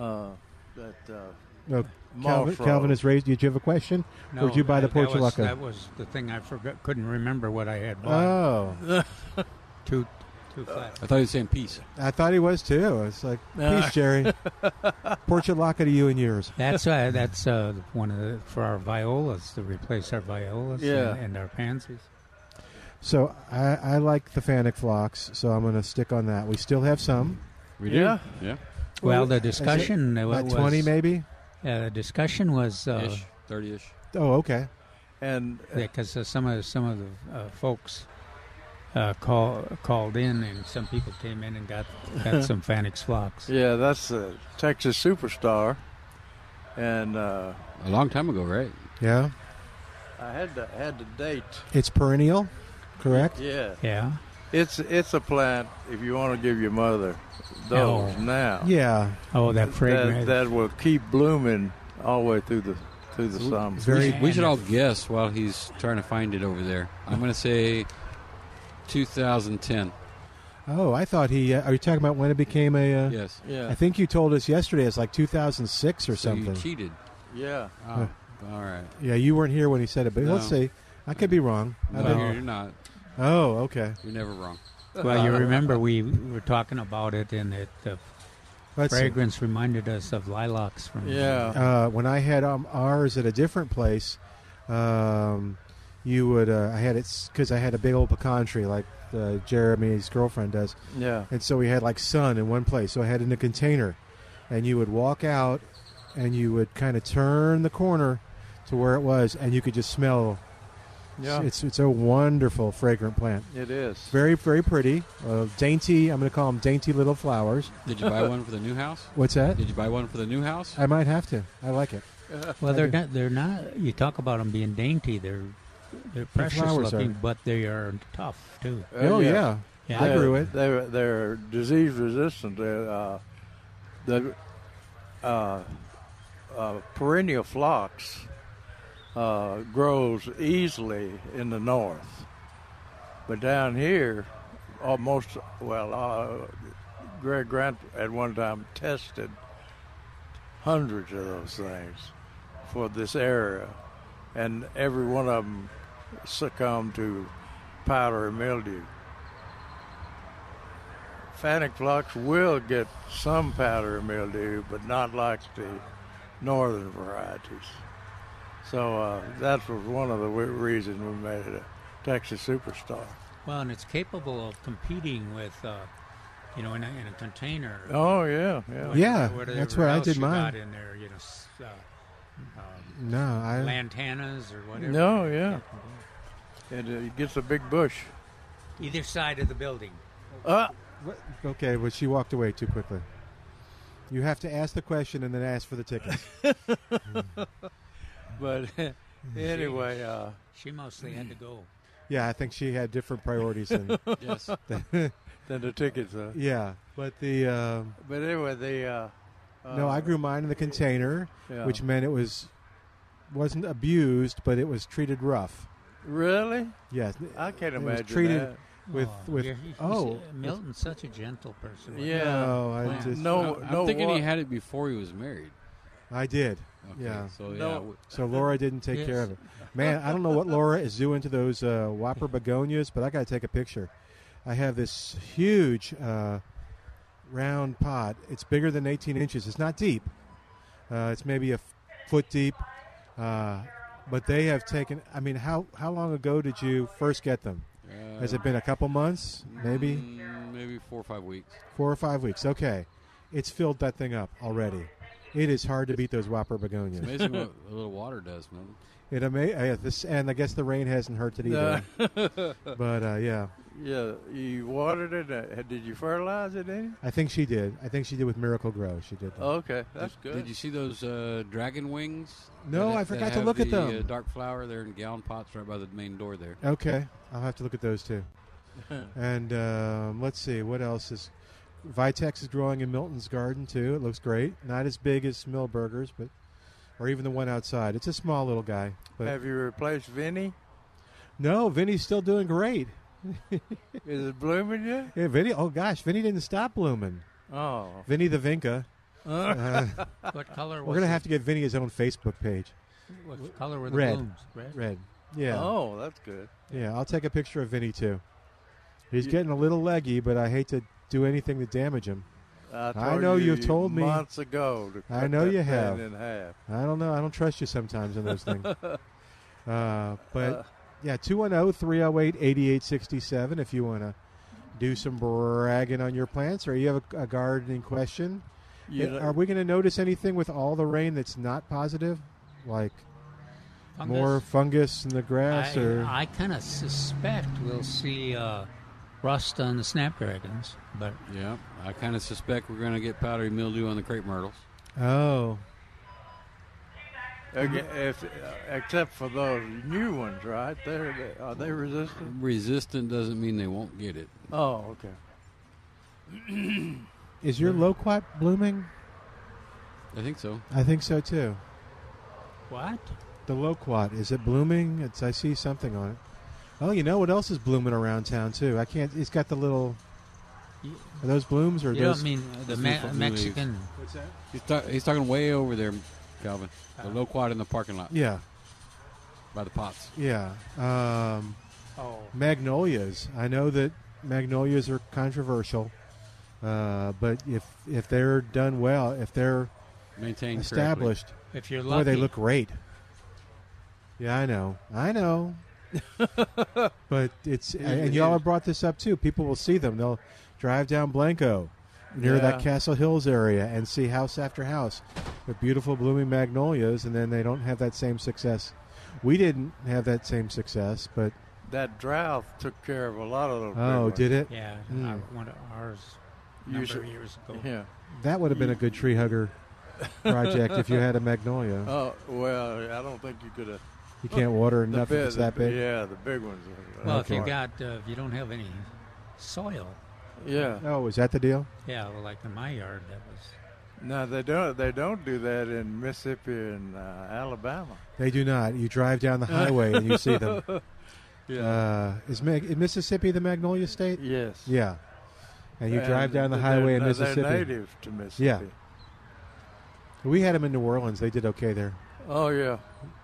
S4: Uh, that uh,
S3: No, Oh, Calvin,
S4: Moss row.
S3: Calvin has raised. Did you have a question? or did you buy the
S6: that- that was-
S3: portulaca?
S6: That was, the thing I forgot. Couldn't remember what I had bought.
S3: Oh,
S6: two uh, Too flat.
S5: I thought he was saying peace.
S3: I thought he was too. It's like,
S6: No.
S3: peace, Jerry. Portrait locket of you and yours.
S6: That's uh, that's uh, one of the, for our violas to replace our violas
S4: Yeah.
S6: and, and our pansies.
S3: So I, I like the Fanic flocks, so I'm going to stick on that. We still have some.
S5: We
S4: Yeah.
S5: do. Yeah.
S6: Well,
S3: Well,
S6: the
S3: is it
S6: discussion uh,
S3: About
S6: was
S3: 20 maybe?
S6: Uh, the discussion was uh,
S5: Ish. 30 ish.
S3: Oh, okay.
S4: And
S6: because uh, some of some of the uh, folks uh, call, called in, and some people came in and got got some Fanix flocks.
S4: yeah, that's a Texas superstar. And uh,
S5: A long time ago, right?
S3: Yeah.
S4: I had to had to date.
S3: It's perennial, correct?
S4: Yeah,
S6: Yeah,
S4: it's it's a plant. If you want to give your mother those
S6: Oh.
S4: now,
S3: Yeah.
S6: oh, that
S4: that,
S6: fragrance.
S4: that will keep blooming all the way through the through the
S5: So-
S4: summer.
S3: Very.
S5: We should all guess while he's trying to find it over there. I'm going to say 2010.
S3: Oh, I thought he. Uh, are you talking about when it became a? Uh,
S5: Yes.
S4: Yeah,
S3: I think you told us yesterday. It's like 2006 or
S5: So you
S3: something.
S5: cheated.
S4: yeah.
S5: Oh, all right.
S3: yeah, you weren't here when he said it, but
S5: No.
S3: let's see. I could be wrong. I
S5: No,
S3: don't-
S5: you're not.
S3: Oh, okay.
S5: You're never wrong.
S6: well,
S4: uh,
S6: you remember we were talking about it, and it, the
S3: Let's see.
S6: fragrance reminded us of lilacs from
S4: Yeah.
S3: Uh, when I had um, ours at a different place, um, you would. Uh, I had it because I had a big old pecan tree, like uh, Jeremy's girlfriend does.
S4: Yeah.
S3: And so we had like sun in one place. So I had it in a container. And you would walk out and you would kind of turn the corner to where it was and you could just smell.
S4: Yeah.
S3: It's, it's a wonderful fragrant plant.
S4: It is.
S3: Very, very pretty. Uh, dainty, I'm going to call them dainty little flowers.
S5: Did you buy one for the new house?
S3: What's that?
S5: Did you buy one for the new house?
S3: I might have to. I like it.
S6: Well,
S3: I
S6: they're
S3: do.
S6: not. They're not. You talk about them being dainty. They're they're precious
S3: flowers are.
S6: looking, but they are tough too.
S4: Uh,
S3: Oh, yeah.
S6: Yeah,
S3: I
S4: They're-
S3: grew it.
S4: They're they're disease resistant. They're, uh, the uh, uh, perennial phlox uh, grows easily in the north, but down here, almost well, uh, Greg Grant at one time tested hundreds of those things for this area, and every one of them succumbed to powdery mildew. Fanic flocks will get some powdery mildew, but not like the northern varieties. So uh, that was one of the w- reasons we made it a Texas superstar.
S6: Well, and it's capable of competing with, uh, you know, in a, in a container.
S4: Oh yeah, yeah.
S3: Yeah,
S6: Whatever
S3: that's where I
S6: else
S3: did
S6: you
S3: mine.
S6: Got in there, you know, s- uh, um,
S3: No, I.
S6: lantanas or whatever.
S4: No, yeah. It, it gets a big bush.
S6: Either side of the building.
S4: Uh,
S3: What? Okay, but she walked away too quickly. You have to ask the question and then ask for the tickets.
S4: but anyway, uh,
S6: She mostly had to go.
S3: yeah, I think she had different priorities. Than,
S5: yes.
S4: then the tickets. Uh,
S3: yeah, but the. Um,
S4: but anyway, the uh, uh,
S3: No, I grew mine in the container,
S4: yeah.
S3: which meant it was wasn't abused, but it was treated rough.
S4: really.
S3: Yes,
S4: I can't
S3: It was
S4: imagine
S3: treated-
S4: that.
S3: with
S6: Aw,
S3: with
S6: you're- you see,
S3: oh
S6: Milton's such a gentle person. wasn't he?
S4: Yeah.
S3: No, uh, I
S6: Wow.
S3: just
S4: No,
S5: I'm
S4: no.
S5: thinking
S4: wa-
S5: he had it before he was married.
S3: I did.
S5: Okay,
S3: Yeah.
S5: So yeah.
S4: No.
S5: w-
S3: So Laura didn't take care of it. Man, I don't know what Laura is doing to those uh, whopper begonias, but I got to take a picture. I have this huge uh, round pot. It's bigger than 18 inches. It's not deep. Uh, it's maybe a f- foot deep. Uh, but they have taken. I mean, how how long ago did you first get them?
S5: uh,
S3: Has it been a couple months? Maybe
S5: mm, maybe four or five weeks.
S3: four or five weeks. Okay, it's filled that thing up already. It is hard to beat those whopper begonias.
S5: Amazing what a little water does, man.
S3: It ama- uh, this, and I guess the rain hasn't hurt it either. but uh, yeah,
S4: Yeah, you watered it. Uh, did you fertilize it any?
S3: I think she did. I think she did with Miracle Grow. She did. That.
S4: Okay, that's good.
S5: Did you see those uh, dragon wings?
S3: No,
S5: That-
S3: I
S5: that
S3: forgot to
S5: have
S3: look at
S5: the,
S3: them.
S5: Uh, dark flower there in gallon pots right by the main door there.
S3: Okay, I'll have to look at those too. and um, let's see what else is. Vitex is growing in Milton's garden too. It looks great. Not as big as Millburgers, but or even the one outside. It's a small little guy. But
S4: Have you replaced Vinny?
S3: no, Vinny's still doing great.
S4: Is it blooming yet?
S3: Yeah, Vinny. Oh gosh, Vinny didn't stop blooming.
S4: Oh,
S3: Vinny the Vinca. Uh,
S6: What color was
S3: we're gonna
S6: it?
S3: have to get Vinny his own Facebook page.
S6: What color were the
S3: Red.
S6: blooms? Red.
S3: Red. Yeah.
S4: oh, that's good.
S3: Yeah, I'll take a picture of Vinny too. He's getting a little leggy, but I hate to do anything to damage him.
S4: I,
S3: I know
S4: you
S3: you've told me-
S4: months ago. To
S3: I
S4: cut
S3: know
S4: that
S3: you
S4: thing
S3: have.
S4: In half.
S3: I don't know. I don't trust you sometimes on those things. Uh, but yeah, oh, 210 308 8867 if you want to do some bragging on your plants or you have a, a gardening question.
S4: You
S3: Uh,
S4: know-
S3: Are we going to notice anything with all the rain that's not positive? Like more fungus in the grass or.
S6: I, I kind of suspect we'll see uh, rust on the snapdragons, but
S5: Yeah, I kind of suspect we're going to get powdery mildew on the crepe myrtles.
S3: oh.
S4: Ag- If, uh, except for those new ones, right? They're, they, are they resistant?
S5: Resistant doesn't mean they won't get it.
S4: Oh, okay.
S3: Is your loquat blooming?
S5: I think so.
S3: I think so too.
S6: what?
S3: The loquat, is it blooming? It's I see something on it. Oh, you know what else is blooming around town too? I can't. It's got the little.
S6: You-
S3: Are those blooms or
S6: You
S3: those?
S6: don't mean the
S5: those
S6: Me-
S5: leaf-
S6: Mexican?
S3: What's that?
S5: He's, ta- he's talking way over there, Calvin. The loquat in the parking lot
S3: Yeah,
S5: by the pots.
S3: yeah. Um,
S6: Oh,
S3: magnolias. I know that magnolias are controversial, uh, but if if they're done well, if they're
S5: Maintained
S3: established,
S6: if you're
S3: boy,
S6: lucky,
S3: they look great. Yeah, I know. I know. but it's and y'all have brought this up too. People will see them. They'll drive down Blanco near that
S4: Yeah.
S3: Castle Hills area and see house after house with beautiful blooming magnolias and then they don't have that same success. We didn't have that same success, but
S4: That drought took care of a lot of those. big
S3: oh,
S4: ones.
S3: did it?
S6: yeah,
S3: Mm.
S6: our- one of ours a number
S4: Usually-
S6: of years ago.
S4: Yeah.
S3: That would have been a good tree hugger project if you had a magnolia.
S4: Oh well, I don't think you could have.
S3: you can't water
S4: the
S3: enough
S4: big-
S3: if it's that big.
S4: Yeah, the big ones. are-
S6: Well, if you
S3: Okay.
S6: got, uh, if you don't have any soil,
S4: yeah.
S3: Oh, is that the deal?
S6: yeah, well, like in my yard, that was
S4: No, they don't. They don't do that in Mississippi and uh, Alabama.
S3: They do not. You drive down the highway and you see them.
S4: Yeah.
S3: Uh, is, Mag- is Mississippi the Magnolia State?
S4: yes.
S3: Yeah. And you
S4: And
S3: drive down the
S4: they're-
S3: highway in
S4: they're
S3: Mississippi.
S4: native to Mississippi.
S3: We had them in New Orleans. They did okay there.
S4: Oh yeah.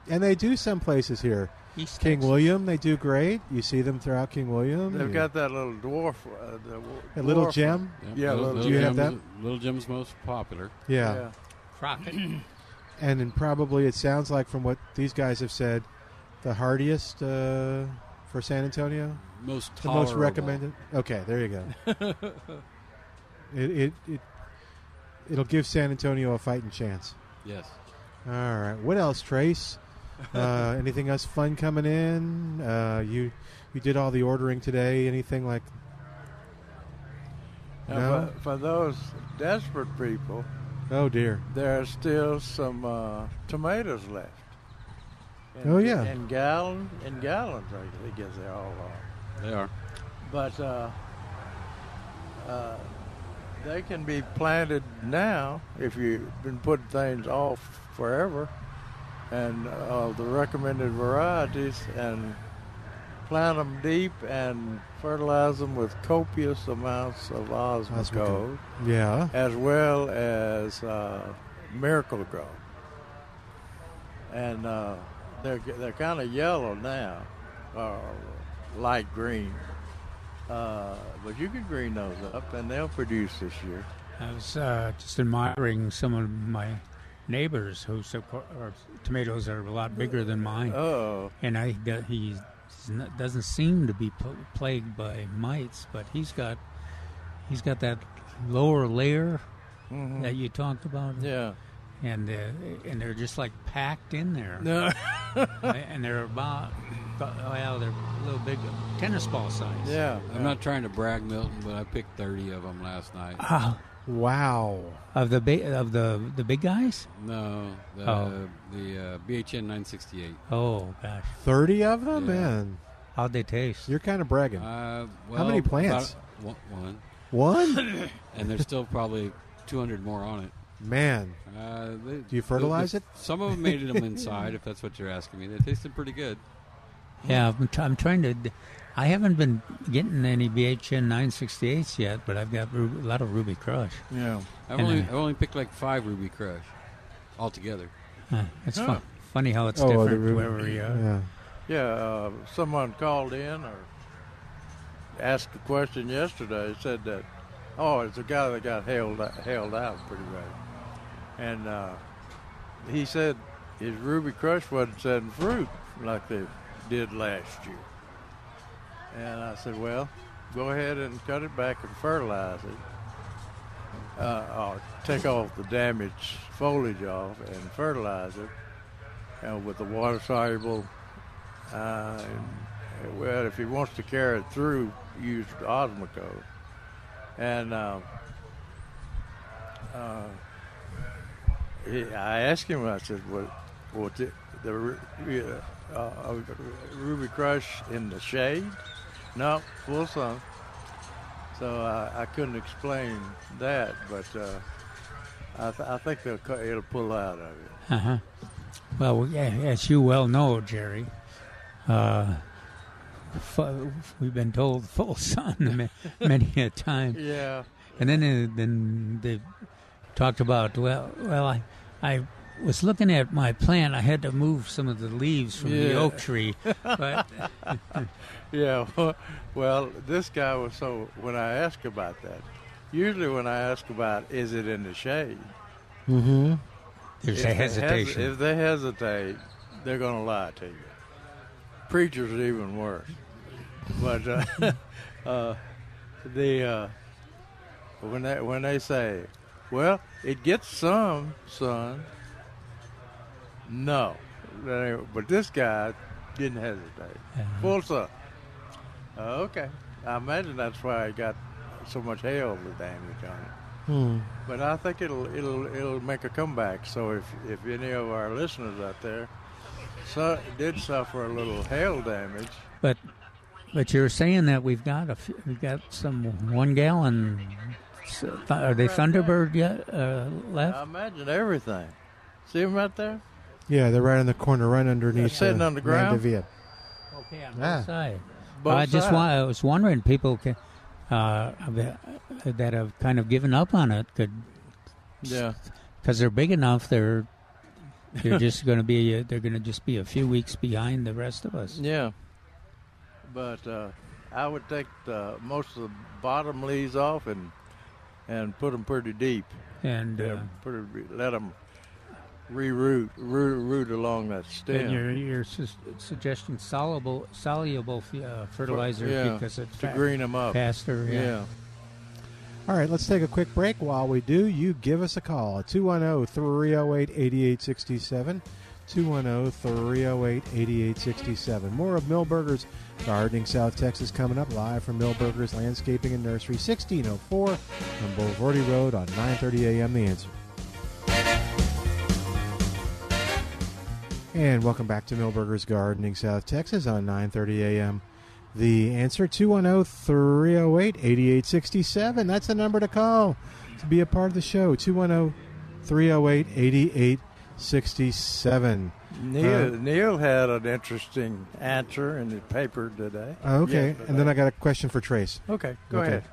S3: And they do some places here.
S6: East
S3: King
S6: Texas.
S3: William, they do great. You see them throughout King William.
S4: They've
S3: You-
S4: got that little dwarf. Uh, the w-
S3: a little
S4: dwarf-
S3: gem.
S5: Yep,
S4: Yeah,
S5: Little,
S4: little-
S5: little
S3: do you have
S5: Jim's,
S3: that?
S5: Little Jim's most popular.
S3: Yeah.
S4: yeah.
S6: Crockett.
S3: And then probably it sounds like from what these guys have said, the hardiest uh, for San Antonio.
S5: Most
S3: The
S5: tolerable.
S3: most recommended. Okay, there you go. it, it it it'll give San Antonio a fighting chance.
S5: Yes.
S3: All right. What else, Trace? Uh, anything else fun coming in? Uh, you you did all the ordering today. Anything like?
S4: And
S3: No?
S4: for, for those desperate people,
S3: Oh dear.
S4: there are still some uh, tomatoes left. And,
S3: Oh, yeah.
S4: and gallon and gallons. I guess they all uh, are.
S5: They are.
S4: But uh, uh, they can be planted now if you've been putting things off forever, and uh, the recommended varieties, and plant them deep and fertilize them with copious amounts of
S3: Osmocote.
S4: osmocote
S3: Yeah.
S4: as well as uh, Miracle Grow. And uh, they're they're kind of yellow now, or light green. Uh, but you can green those up, and they'll produce this year.
S6: I was uh, just admiring some of my neighbors whose of cour- or tomatoes are a lot bigger than mine,
S4: Oh,
S6: and I he doesn't seem to be pl- plagued by mites, but he's got he's got that lower layer that you talked about,
S4: yeah.
S6: and uh, and they're just like packed in there, and they're about well, they're a little big tennis ball size.
S4: yeah.
S5: I'm not trying to brag, Milton, but I picked 30 of them last night.
S3: Wow.
S6: Of the big of the the big guys?
S5: No, the,
S6: Oh.
S5: the uh, BHN 968.
S6: Oh gosh,
S3: Thirty of them,
S5: Yeah.
S3: man.
S6: how'd they taste?
S3: You're kind of bragging.
S5: Uh, well,
S3: many plants?
S5: about one, one.
S3: One
S5: And there's still probably 200 more on it.
S3: man.
S5: Uh, they, Do
S3: you fertilize it?
S5: Some of them made them inside, if that's what you're asking me. They tasted pretty good.
S6: Yeah, I'm, try- I'm trying to. I haven't been getting any BHN 968s yet, but I've got Ru- a lot of Ruby Crush.
S4: Yeah.
S5: I've
S6: And,
S5: only,
S6: uh,
S5: I've only picked like five Ruby Crush altogether.
S6: Huh, it's fu- funny how it's
S3: Oh, the
S6: different
S3: Ruby-
S6: wherever you are.
S3: Yeah.
S4: Yeah. Uh, someone called in, or asked a question yesterday. Said that, oh, it's a guy that got held held out pretty bad, and uh, he said his ruby crush wasn't setting fruit like they did last year. And I said, well, go ahead and cut it back and fertilize it, uh, or take off the damaged foliage off and fertilize it, and with the water soluble. Uh, and, well, if he wants to carry it through, use Osmoco. And uh, he, I asked him, I said, "What, what the, the Ru- uh, uh, Ruby Crush in the shade? No, full sun." So uh, I, I couldn't explain that, but uh, I, th- I think they'll cut, it'll pull out of it.
S6: Uh-huh. Well, we- yeah, as you well know, Jerry, uh, fu- we've been told full sun ma- many a time.
S4: Yeah,
S6: And then uh, then they talked about well well I I was looking at my plant. I had to move some of the leaves from the
S4: Yeah.
S6: oak tree, but
S4: yeah. Well, this guy was so. When I asked about that, usually when I ask about is it in the shade,
S6: there's a
S4: they hes-
S6: hesitation.
S4: if they hesitate, they're going to lie to you. Preachers are even worse. But uh, uh, the uh, when they when they say, "Well, it gets some sun," no, They- but this guy didn't hesitate. Full sun. Uh, okay, I imagine that's why he got so much hail the damage on it. But I think it'll it'll it'll make a comeback. So if if any of our listeners out there su- did suffer a little hail damage,
S6: But but you're saying that we've got a f- we've got some one gallon. s- th- Are they Thunderbird yet uh,
S4: I
S6: left?
S4: imagine everything. See them right there?
S3: Yeah, they're right in the corner, right underneath.
S4: sitting
S3: uh,
S4: on the ground?
S3: Mandeville.
S6: Okay, on
S3: Yeah.
S6: both sides.
S4: Both
S6: I just
S4: sides.
S6: wa- I was wondering people can, uh, that- that have kind of given up on it could
S4: Yeah.
S6: because they're big enough they're they're just going to be they're going to just be a few weeks behind the rest of us
S4: Yeah. But uh, I would take the, most of the bottom leaves off and and put them pretty deep.
S6: and uh,
S4: Yeah. Put 'em- let them reroot root, root along that stem.
S6: and you're, you're sus- suggesting soluble soluble f- uh, fertilizer
S4: yeah,
S6: because it's
S4: to
S6: fa-
S4: green them up.
S6: faster yeah.
S4: yeah.
S3: All right, let's take a quick break. While we do, you give us a call oh, at 210 308 8867. 210 308 8867. More of Millburgers Gardening South Texas coming up live from Millburgers Landscaping and Nursery, 1604 on Boulevardy Road on 930 a.m. The answer. And welcome back to Millburgers Gardening South Texas on 9:30 a.m. The answer 210-308-8867. That's the number to call to be a part of the show. 210-308-8867.
S4: Neil, Neil had an interesting answer in the paper today.
S3: Oh, Okay,
S4: Yesterday.
S3: and then I got a question for Trace.
S4: okay, go
S3: Okay.
S4: ahead.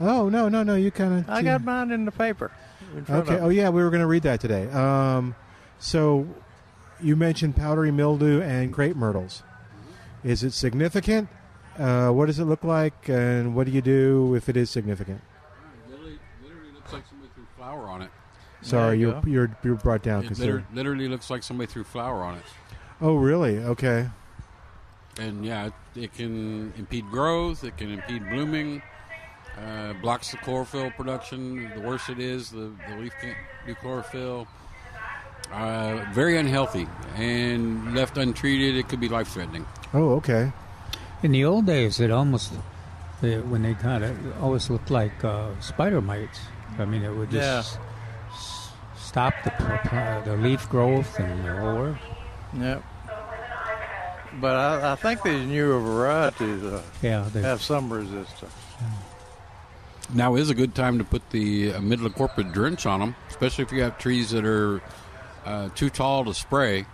S3: Oh, no, no, no, you kind of
S4: I got mine in the paper. in front
S3: Okay.
S4: of
S3: Oh
S4: me.
S3: yeah, we were going to read that today. Um, so you mentioned powdery mildew and crepe myrtles. Is it significant? Uh, what does it look like, and what do you do if it is significant?
S5: Literally, literally looks like somebody threw flour on it.
S3: Sorry,
S4: you
S3: you are
S4: go.
S3: you're you're brought down.
S5: It
S3: consider-
S5: liter- literally looks like somebody threw flour on it.
S3: oh really? Okay.
S5: And yeah, it, it can impede growth. It can impede blooming. Uh, blocks the chlorophyll production. The worse it is, the, the leaf can't do chlorophyll. Uh, very unhealthy, and left untreated, it could be life threatening.
S3: Oh okay.
S6: in the old days it almost they, when they got it, it always looked like uh, spider mites i mean it would just
S4: Yeah.
S6: s- s- stop the, pr- pr- the leaf growth and the whole work.
S4: Yep. But I, I think these newer varieties uh,
S6: yeah they-
S4: have some resistance.
S5: Now is a good time to put the uh, Midlicorpa drench on them, especially if you have trees that are uh, too tall to spray.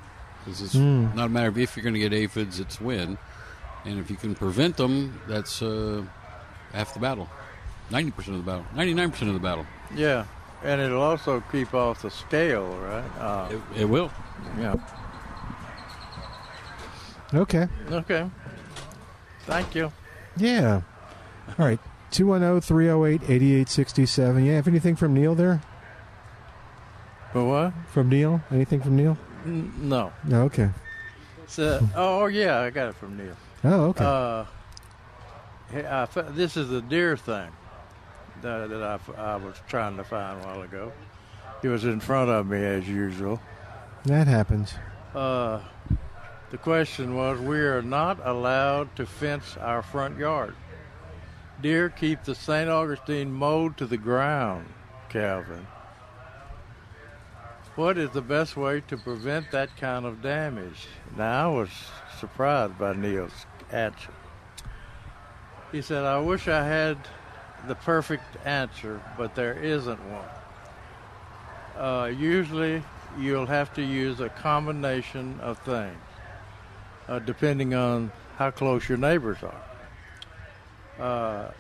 S5: 'Cause it's
S3: Hmm.
S5: not a matter of if you're going to get aphids, it's when. And if you can prevent them, that's uh, half the battle. 90% of the battle. 99% of the battle.
S4: Yeah, and it'll also keep off the scale, right? Uh,
S5: It, it will.
S4: yeah.
S3: Okay.
S4: Okay. Thank you.
S3: Yeah. All right. oh, 210 308 8867. Yeah, have anything from Neil there?
S4: But what?
S3: From Neil? Anything from Neil?
S4: N- no.
S3: No, okay.
S4: So, oh yeah, I got it from Neil.
S3: Oh, okay.
S4: Uh, hey, I fo- this is the deer thing that, that I, f- I was trying to find a while ago. It was in front of me as usual.
S3: that happens.
S4: Uh, the question was, we are not allowed to fence our front yard. Deer keep the St. Augustine mowed to the ground, Calvin. What is the best way to prevent that kind of damage? Now, I was surprised by Neil's answer. He said, I wish I had the perfect answer, but there isn't one. Uh, usually, you'll have to use a combination of things, uh, depending on how close your neighbors are. Uh,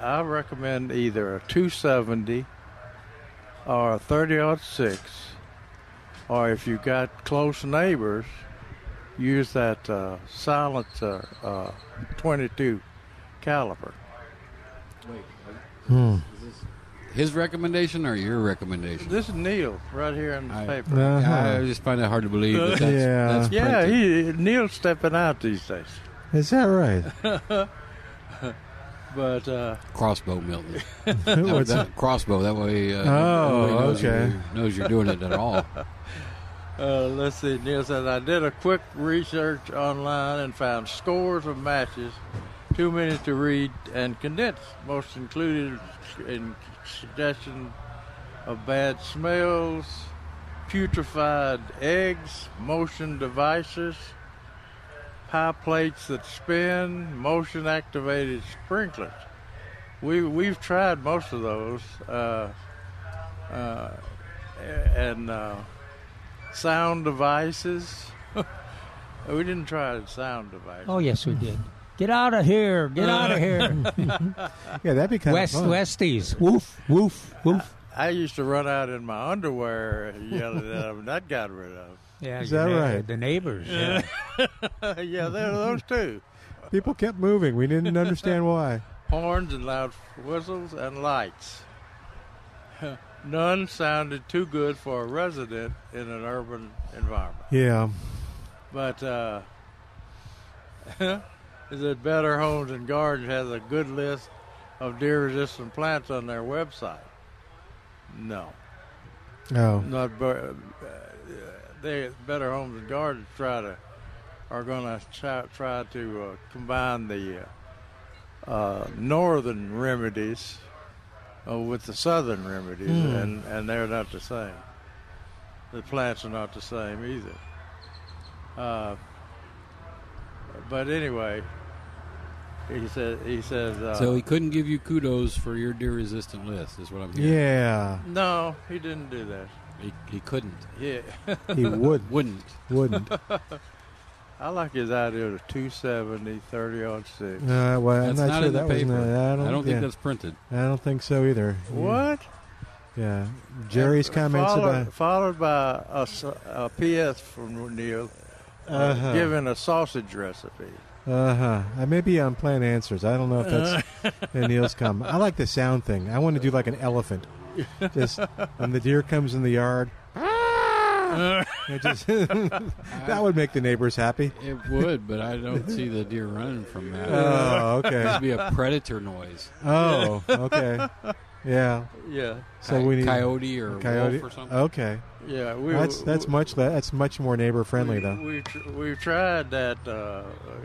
S4: I recommend either a 270 or a 30 six, or if you got close neighbors, use that uh, silencer uh, 22 caliber.
S5: His recommendation or your recommendation?
S4: This is Neil right here in the
S5: I-
S4: paper.
S3: Uh-huh.
S5: I just find it hard to believe. That that's,
S3: Yeah.
S5: That's
S4: yeah,
S5: printed.
S4: he, Neil's stepping out these days.
S3: Is that right?
S4: But uh,
S5: crossbow, Milton.
S3: What's
S5: That- crossbow. That way. Uh,
S3: Oh,
S5: nobody knows
S3: okay.
S5: You're, knows you're doing it at all.
S4: Uh, let's see, Neil says, I did a quick research online and found scores of matches, too many to read and condense. Most included in suggestion of bad smells, putrefied eggs, motion devices, pie plates that spin, motion activated sprinklers. We, we've tried most of those, uh, uh, and uh, sound devices. we didn't try sound devices.
S6: Oh yes, we did. Get out of here! Get out of here!
S3: yeah, that'd be kind
S6: West
S3: of fun.
S6: Westies. Woof woof woof.
S4: I used to run out in my underwear yelling at them. That got rid of.
S6: Yeah,
S3: Is
S6: your
S3: that
S6: neigh-
S3: right?
S6: The neighbors. Yeah.
S4: yeah, there are those two.
S3: People kept moving. We didn't understand why.
S4: horns and loud whistles and lights. None sounded too good for a resident in an urban environment.
S3: Yeah.
S4: But uh, is it Better Homes and Gardens has a good list of deer-resistant plants on their website? No,
S3: Oh.
S4: not. Ber- uh, they Better Homes and Gardens try to are going to try, try to uh, combine the uh, uh, northern remedies uh, with the southern remedies,
S5: Hmm.
S4: and, and they're not the same. The plants are not the same either. Uh, but anyway, he says he says uh,
S5: so he couldn't give you kudos for your deer-resistant list. Is what I'm hearing.
S3: Yeah.
S4: no, he didn't do that.
S5: He, he couldn't.
S4: Yeah,
S3: He would.
S5: Wouldn't.
S3: Wouldn't. Uh,
S4: I like his idea of 270, 30 odd six.
S3: Uh, well, I'm
S5: That's
S3: not,
S5: not
S3: sure
S5: in the
S3: that was.
S5: paper.
S3: in the- I don't,
S5: think
S3: yeah.
S5: that's printed.
S3: I don't think so either.
S4: What?
S3: Yeah. Jerry's comments
S4: followed,
S3: about.
S4: followed by a, s- a PS from Neil uh,
S3: Uh-huh.
S4: giving a sausage recipe.
S3: Uh huh. I may be on plan answers. I don't know if that's in Neil's comment. I like the sound thing. I want to do like an elephant. Just when the deer comes in the yard. It just- that would make the neighbors happy.
S5: It would, but I don't see the deer running from that.
S3: Oh,
S5: It'd
S3: okay.
S5: be a predator noise.
S3: Oh, okay. Yeah.
S4: Yeah,
S3: So
S5: Coy-
S3: we need
S5: coyote or
S3: coyote. Uh,
S5: wolf or something.
S3: Okay.
S4: yeah. We,
S3: That's that's
S4: we,
S3: much le- that's much more neighbor friendly though.
S4: We tr- we tried that uh,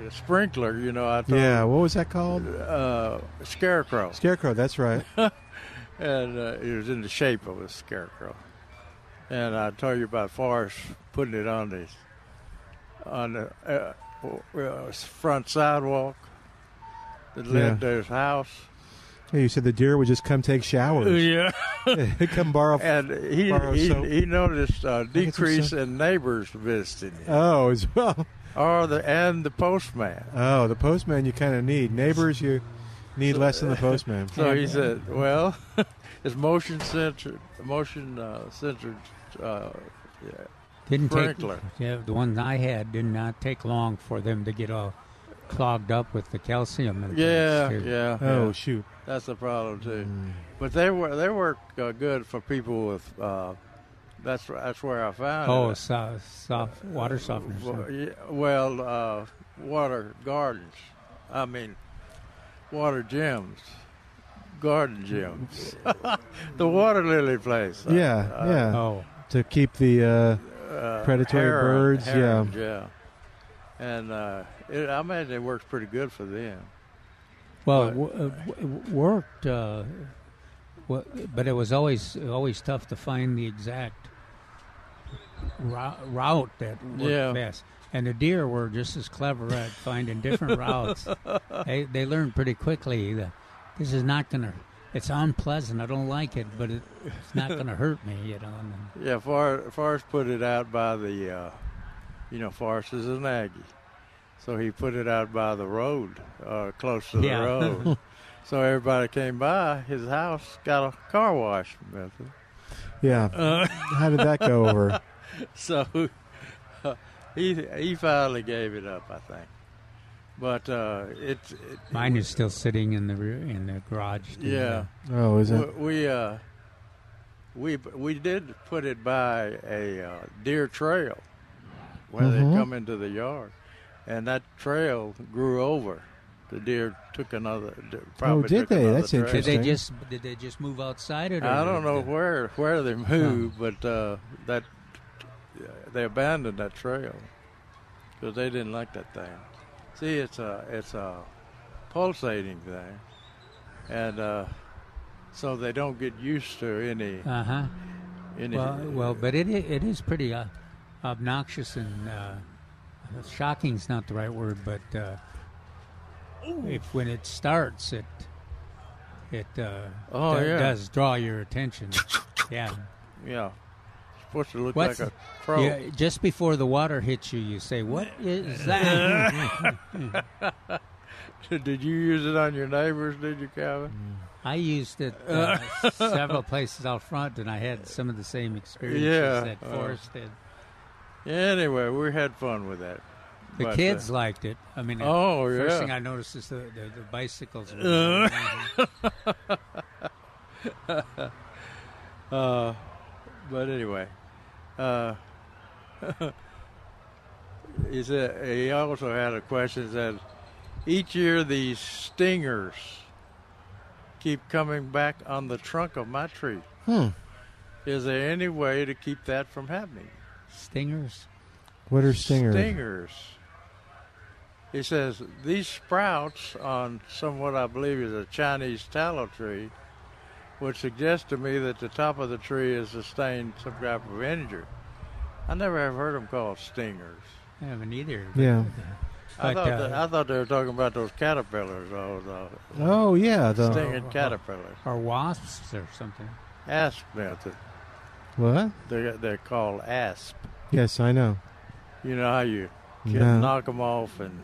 S4: sprinkler. You know, I told
S3: Yeah. What was that called?
S4: uh, scarecrow,
S3: Scarecrow. That's right.
S4: and uh, it was in the shape of a scarecrow. And I told you about Forrest putting it on the on the uh, w- uh, front sidewalk that
S3: Yeah.
S4: led to his house.
S3: Yeah, you said the deer would just come take showers.
S4: Yeah.
S3: come borrow.
S4: And he
S3: Borrow
S4: he,
S3: soap.
S4: he noticed a
S3: get some
S4: decrease
S3: soap.
S4: in neighbors visiting, him.
S3: oh, as well.
S4: or the and the postman.
S3: Oh, the postman you kind of need. Neighbors you need less than the postman.
S4: So he said, "Well, it's motion centered, motion uh, centered." Uh, yeah.
S6: Didn't
S4: Sprinkler.
S6: take. Yeah, the one I had did not take long for them to get all clogged up with the calcium. In
S4: Yeah,
S6: things, too.
S4: yeah.
S3: Oh
S4: yeah.
S3: shoot!
S4: That's the problem too.
S3: Mm.
S4: But they were they work uh, good for people with. Uh, that's where- that's where I found
S6: Oh,
S4: it.
S6: so, soft water softeners.
S4: Well,
S6: yeah.
S4: yeah, well uh, water gardens. I mean, water gyms, garden gyms. the water lily place. uh,
S3: yeah,
S4: uh,
S3: yeah.
S6: Oh,
S3: To keep the uh,
S4: uh,
S3: Predatory
S4: heron-
S3: birds, yeah.
S4: herons, yeah. And uh, it, I imagine it works pretty good for them.
S6: well, it w- uh, w- it worked, uh, wa- but it was always always tough to find the exact ro- route that worked
S4: Yeah.
S6: best. And the deer were just as clever at finding different routes. They they learned pretty quickly that this is not gonna. It's unpleasant. I don't like it, but it, it's not gonna hurt me. You know. And,
S4: Yeah, Forrest, Forrest put it out by the, uh, you know, Forrest is an Aggie. So he put it out by the road, uh, close to
S6: Yeah.
S4: the road. so everybody came by his house, got a car wash method.
S3: yeah. How did that go over?
S4: So he he finally gave it up, I think. But uh, it, it
S6: Mine is still sitting in the rear, in the garage. too.
S4: yeah.
S3: Oh, is
S4: We
S3: it?
S4: we, uh, we we did put it by a uh, deer trail where
S3: Mm-hmm.
S4: they come into the yard, and that trail grew over. The deer took another. d- Probably
S3: Oh, did
S4: took
S3: they?
S4: another
S3: That's
S4: trail.
S6: Did they
S3: Interesting.
S6: just did they just move outside it? Or
S4: I don't know
S6: did-
S4: where where they moved, but uh, that they abandoned that trail because they didn't like that thing. See, it's a it's a pulsating thing, and uh, so they don't get used to any
S6: Uh huh.
S4: any.
S6: Well, well, but it i- it is pretty uh, obnoxious and uh, shocking's not the right word, but uh, if when it starts, it it uh,
S4: Oh,
S6: do-
S4: yeah.
S6: does draw your attention. yeah.
S4: yeah, it's supposed to look
S6: What's-
S4: like a pro.
S6: Yeah, just before the water hits you, you say, "What is that?"
S4: did you use it on your neighbors? Did you, Calvin?
S6: I used it uh, several places out front, and I had some of the same experiences
S4: Yeah,
S6: that
S4: uh,
S6: Forrest did.
S4: Anyway, we had fun with that.
S6: Mm. The
S4: But, uh,
S6: kids liked it. I mean, the
S4: Oh,
S6: first
S4: yeah.
S6: thing I noticed is the, the, the bicycles. were-
S4: Uh, but anyway, uh, he said he also had a question that each year these stingers keep coming back on the trunk of my tree. Is there any way to keep that from happening?
S6: Stingers.
S3: What are stingers?
S4: Stingers. He says these sprouts on somewhat I believe is a Chinese tallow tree would suggest to me that the top of the tree has sustained some type of injury. I never have heard them called stingers.
S6: I haven't either.
S3: Yeah.
S4: I
S6: But,
S4: thought
S6: uh,
S4: that, I thought they were talking about those caterpillars, those uh,
S3: Oh yeah. The
S4: stinging caterpillars,
S6: Or wasps or something.
S4: asp method.
S3: what?
S4: They they're called asp.
S3: Yes, I know.
S4: You know how you can knock 'em
S3: No.
S4: knock them off and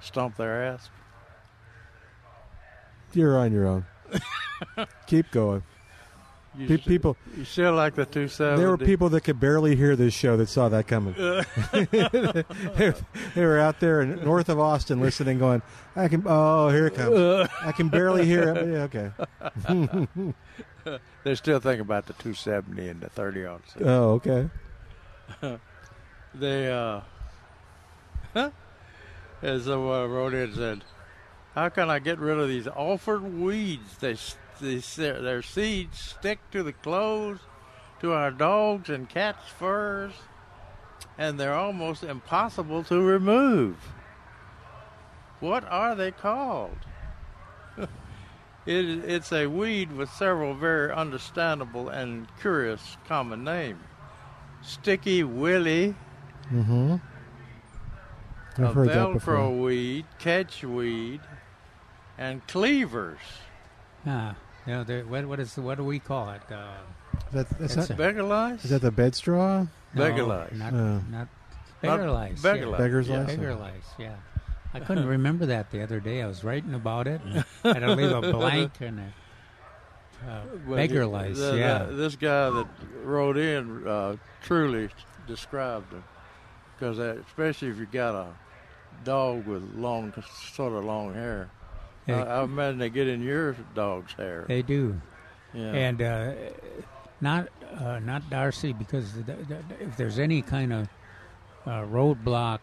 S4: stomp their asp.
S3: You're on your own. Keep going.
S4: You
S3: Pe-
S4: s-
S3: people,
S4: you still like the two seventy?
S3: there were people that could barely hear this show that saw that coming.
S4: Uh.
S3: they, they were out there in, north of Austin listening, going, "I can." Oh, here it
S4: Uh.
S3: comes. I can barely hear it. Yeah, okay.
S4: They're still thinking about the 270 and the 30 ounce.
S3: Oh, okay.
S4: They, uh, and someone wrote in and uh, said, How can I get rid of these offered weeds? They, s- they, s- their, their seeds stick to the clothes, to our dogs and cats' furs, and they're almost impossible to remove. What are they called? It, it's a weed with several very understandable and curious common names. Sticky willy,
S3: I've
S4: a
S3: heard that before.
S4: velcro weed, catchweed, and cleavers.
S6: Ah, you know, they're- what, what is the, what do we call it? Uh,
S3: Is that, that's
S6: That's
S3: not,
S4: Beggarlice?
S3: is that the bed straw?
S6: no,
S4: Beggar lice.
S6: Not,
S3: Oh.
S6: not beggar
S4: Not
S6: lice.
S4: beggar
S6: yeah.
S4: lice.
S3: Beggar's
S6: Yeah,
S3: lice.
S6: beggar lice, yeah. I couldn't remember that the other day. I was writing about it. and I had to leave a blank in it. Uh, beggar lice,
S4: The- the-
S6: yeah.
S4: this guy that wrote in uh, truly described them because especially if you got a dog with long, sort of long hair.
S6: Hey.
S4: I, I imagine they get in your dog's hair.
S6: They do.
S4: yeah.
S6: and uh, not uh, not Darcy because th- th- th- if there's any kind of uh, roadblock,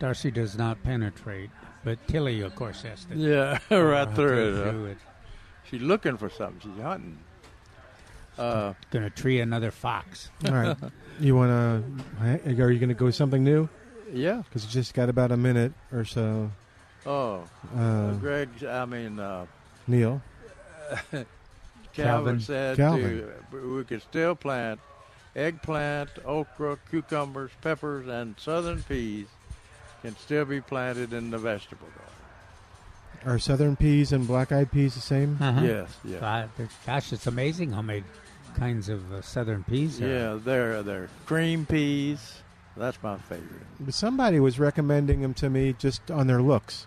S6: Darcy does not penetrate. But Tilly, of course, has to
S4: yeah,
S3: Oh,
S6: uh,
S4: right through it. huh?
S6: through it.
S4: She's looking for something. She's hunting. Uh,
S6: Going to tree another fox.
S3: All right. You want to? Are you going to go something new?
S4: Uh, yeah.
S3: Because you just got about a minute or so.
S4: Oh,
S3: Uh,
S4: Greg. I mean, uh,
S3: Neil.
S4: Calvin,
S6: Calvin.
S4: said
S3: Calvin.
S4: To, we could still plant eggplant, okra, cucumbers, peppers, and southern peas can still be planted in the vegetable garden.
S3: Are southern peas and black-eyed peas the same?
S6: Uh-huh.
S4: Yes, yes.
S6: God, there's- gosh, it's amazing how many kinds of uh, southern peas. There. are.
S4: Yeah, they're, they're cream peas. That's my favorite.
S3: Somebody was recommending them to me just on their looks.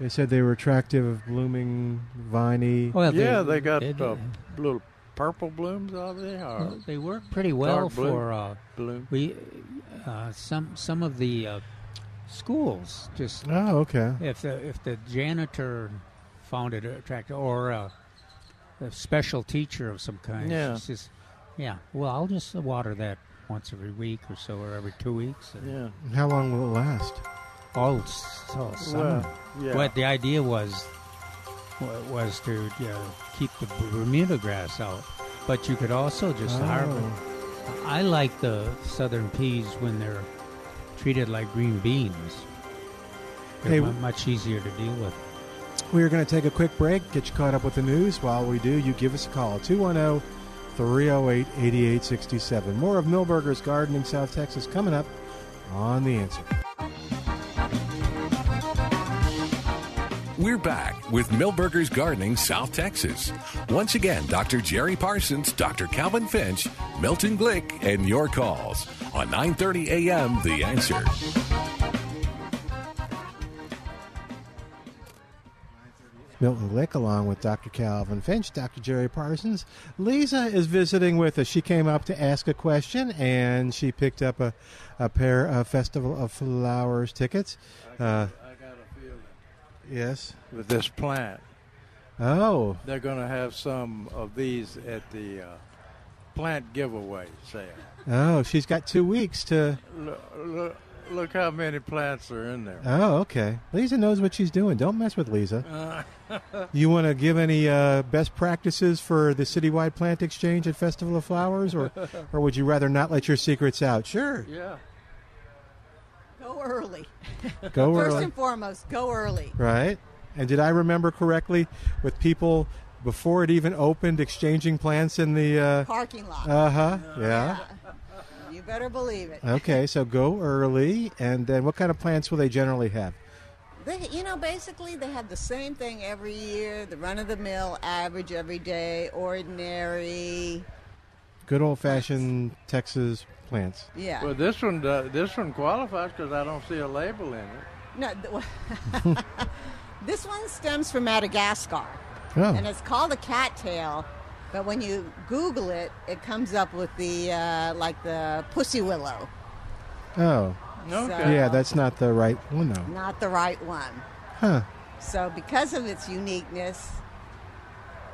S3: They said they were attractive, blooming, viney.
S6: Well,
S4: yeah, they got
S6: they,
S4: uh, little purple blooms out there. Or
S6: well, they work pretty well
S4: dark blue.
S6: for uh,
S4: bloom.
S6: we uh, some some of the uh, schools just
S3: Oh, okay.
S6: If the if the janitor found it attractive, or a, a special teacher of some kind,
S4: Yeah.
S6: she says, "Yeah, well, I'll just water that once every week or so, or every two weeks." And
S4: Yeah.
S3: How long will it last?
S6: All s- all summer.
S4: Well, yeah.
S6: But the idea was wa- was to you know, keep the Bermuda grass out, but you could also just harvest.
S3: Oh.
S6: I like the southern peas when they're treated like green beans. They're
S3: Hey,
S6: mu-
S3: w-
S6: much easier to deal with.
S3: We are going to take a quick break, get you caught up with the news. While we do, you give us a call 210 308 8867. More of Milburger's Gardening South Texas coming up on The Answer.
S2: We're back with Millburgers Gardening South Texas. Once again, Dr. Jerry Parsons, Dr. Calvin Finch, Milton Glick, and your calls on 9:30 a.m. The Answer.
S3: Milton Glick, along with Dr. Calvin Finch, Dr. Jerry Parsons. Lisa is visiting with us. She came up to ask a question, and she picked up a, a pair of Festival of Flowers tickets. Uh,
S4: I got a feeling
S3: yes.
S4: with this plant,
S3: Oh,
S4: they're going to have some of these at the uh, plant giveaway sale.
S3: oh, she's got two weeks to.
S4: Look, look, look how many plants are in there.
S3: Oh, okay. Lisa knows what she's doing. Don't mess with Lisa.
S4: Uh.
S3: you want to give any uh, best practices for the citywide plant exchange at Festival of Flowers, or, or would you rather not let your secrets out? Sure,
S4: Yeah.
S8: Go early.
S3: go
S8: First
S3: early.
S8: and foremost, go early.
S3: Right. And did I remember correctly with people before it even opened exchanging plants in the
S8: Parking lot.
S3: uh uh huh. Yeah.
S8: you better believe it.
S3: Okay, so go early and then what kind of plants will they generally have?
S8: They, you know, basically they have the same thing every year: the run-of-the-mill, average, everyday, ordinary.
S3: Good old fashioned Texas plants.
S8: Yeah.
S4: Well, this one does, this one qualifies because I don't see a label in it.
S8: no. th- well, this one stems from Madagascar, and
S3: Oh.
S8: it's called a cattail. But when you Google it, it comes up with the uh, like the pussy willow.
S3: Oh.
S8: So-
S3: Yeah, that's not the right one though.
S8: Not the right one.
S3: Huh.
S8: So, because of its uniqueness,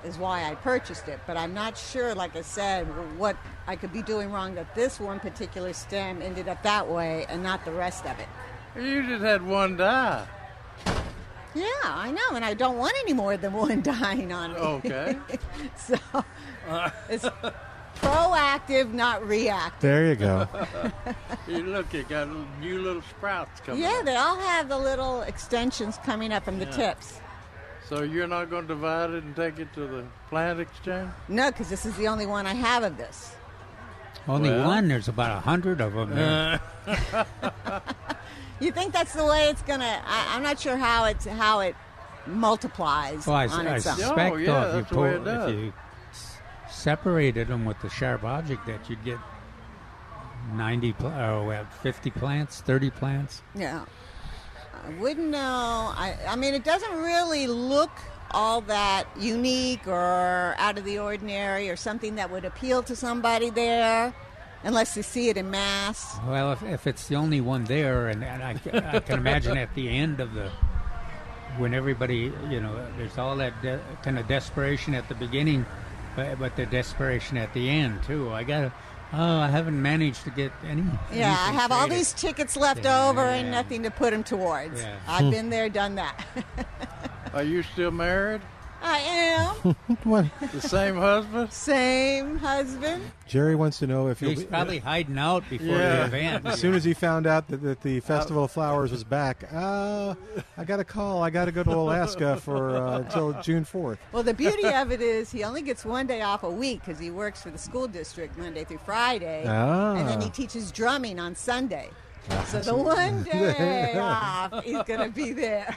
S8: is why I purchased it. But I'm not sure, like I said, what I could be doing wrong that this one particular stem ended up that way and not the rest of it.
S4: You just had one die.
S8: Yeah, I know, and I don't want any more than one dying on me.
S4: Okay.
S8: So, it's proactive, not reactive.
S3: There you go.
S4: you look, it got little- new little sprouts coming.
S8: Yeah,
S4: up.
S8: they all have the little extensions coming up from the tips.
S4: So you're not going to divide it and take it to the plant exchange?
S8: No, because this is the only one I have of this.
S6: Only
S4: Well-
S6: one. There's about a hundred of them.
S8: You think that's the way it's gonna? I, I'm not sure how it's how it multiplies
S6: well, I,
S8: on
S6: I
S8: its own.
S6: suspect
S4: Oh, yeah,
S6: though, if you,
S4: that's the way it
S6: pull- if
S4: does.
S6: you s- separated them with the sharp object, that you'd get ninety pl- or well, fifty plants, thirty plants.
S8: Yeah, I wouldn't know. I I mean, it doesn't really look all that unique or out of the ordinary or something that would appeal to somebody there. unless they see it in mass.
S6: Well, if, if it's the only one there, and, and I, ca- I can imagine at the end of the, when everybody, you know, there's all that de- kind of desperation at the beginning, but, but the desperation at the end too. I gotta, oh, I haven't managed to get any.
S8: Yeah, I
S6: anything
S8: have all
S6: traded.
S8: these tickets left over and
S6: Yeah.
S8: nothing to put them towards.
S6: Yeah.
S8: I've been there, done that.
S4: Are you still married?
S8: I am
S3: What?
S4: The same husband?
S8: same husband.
S3: Jerry wants to know if you'll
S6: He's
S3: be,
S6: probably hiding out before
S4: Yeah.
S6: the event.
S3: as soon as he found out that, that
S6: Oh.
S3: the Festival of Flowers was back. Uh, I got a call. I got to go to Alaska for uh, until June fourth.
S8: Well, the beauty of it is he only gets one day off a week because he works for the school district Monday through Friday, and then
S3: Ah.
S8: he teaches drumming on Sunday. So the one day off, he's going to be there.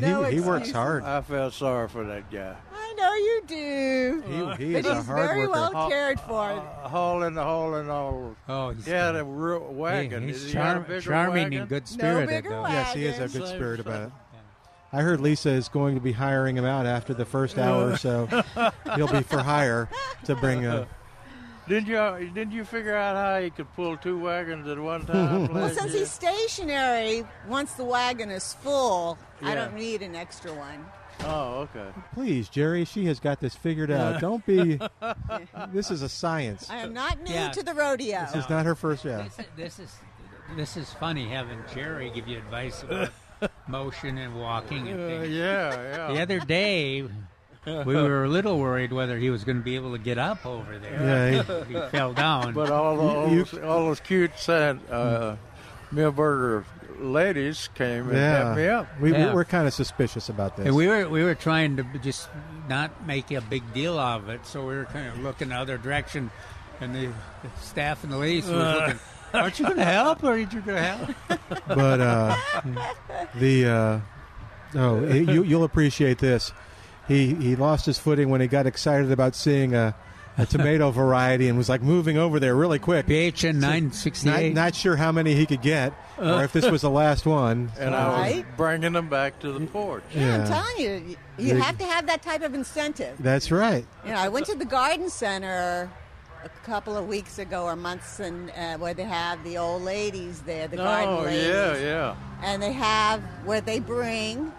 S8: No
S3: he, he works
S8: excuses.
S3: hard.
S4: I felt sorry for that guy.
S8: I know you do.
S3: he, he
S8: but
S3: is a
S8: he's
S3: hard
S8: very
S3: worker.
S8: well cared for.
S4: Uh, Hauling, hauling, all.
S6: Oh, he's,
S4: Yeah, the real wagon.
S6: he-
S4: Is
S6: he's
S4: he got a
S6: charm,
S4: bigger
S6: charming
S4: wagon?
S6: and good
S8: no
S6: spirited
S8: bigger
S6: though.
S8: wagon.
S3: Yes, he is a good
S4: Same
S3: spirit
S4: thing.
S3: about it. I heard Lisa is going to be hiring him out after the first hour, so he'll be for hire to bring a.
S4: Didn't you didn't you figure out how he could pull two wagons at one time?
S8: Well,
S4: last
S8: since
S4: year?
S8: he's stationary, once the wagon is full, I
S4: Yeah.
S8: don't need an extra one.
S4: Oh, okay.
S3: Please, Jerry, she has got this figured out. Don't be. This is a science.
S8: I am not new
S6: Yeah.
S8: to the rodeo.
S3: Uh, This is not her first. Yeah,
S6: This, this is this is funny having Jerry give you advice about motion and walking and
S4: Uh,
S6: things.
S4: yeah,
S6: The
S4: yeah.
S6: other day, we were a little worried whether he was going to be able to get up over there.
S3: yeah.
S6: He fell down.
S4: But all the- all,
S3: You-
S4: those, all those cute sad, uh, Millburger ladies came and
S3: yeah.
S4: kept me up.
S3: We, we
S6: Yeah.
S3: were kind of suspicious about this.
S6: and we were we were trying to just not make a big deal of it, so we were kind of looking the other direction, and the, the staff and the ladies were looking. Aren't you going to help, or aren't you going to help?
S3: but uh, the uh, oh, you, you'll appreciate this. He he lost his footing when he got excited about seeing a, a tomato variety and was like moving over there really quick.
S6: BHN nine
S3: Not,
S6: sixty-eight.
S3: not sure how many he could get, or if this was the last one.
S4: And I was
S8: Right.
S4: bringing them back to the porch.
S8: Yeah,
S3: Yeah.
S8: I'm telling you, you, you
S3: Yeah.
S8: have to have that type of incentive.
S3: That's right.
S8: You know, I went to the garden center a couple of weeks ago or months, and uh, where they have the old ladies there, the garden
S4: Oh,
S8: ladies,
S4: yeah, yeah.
S8: and they have where they bring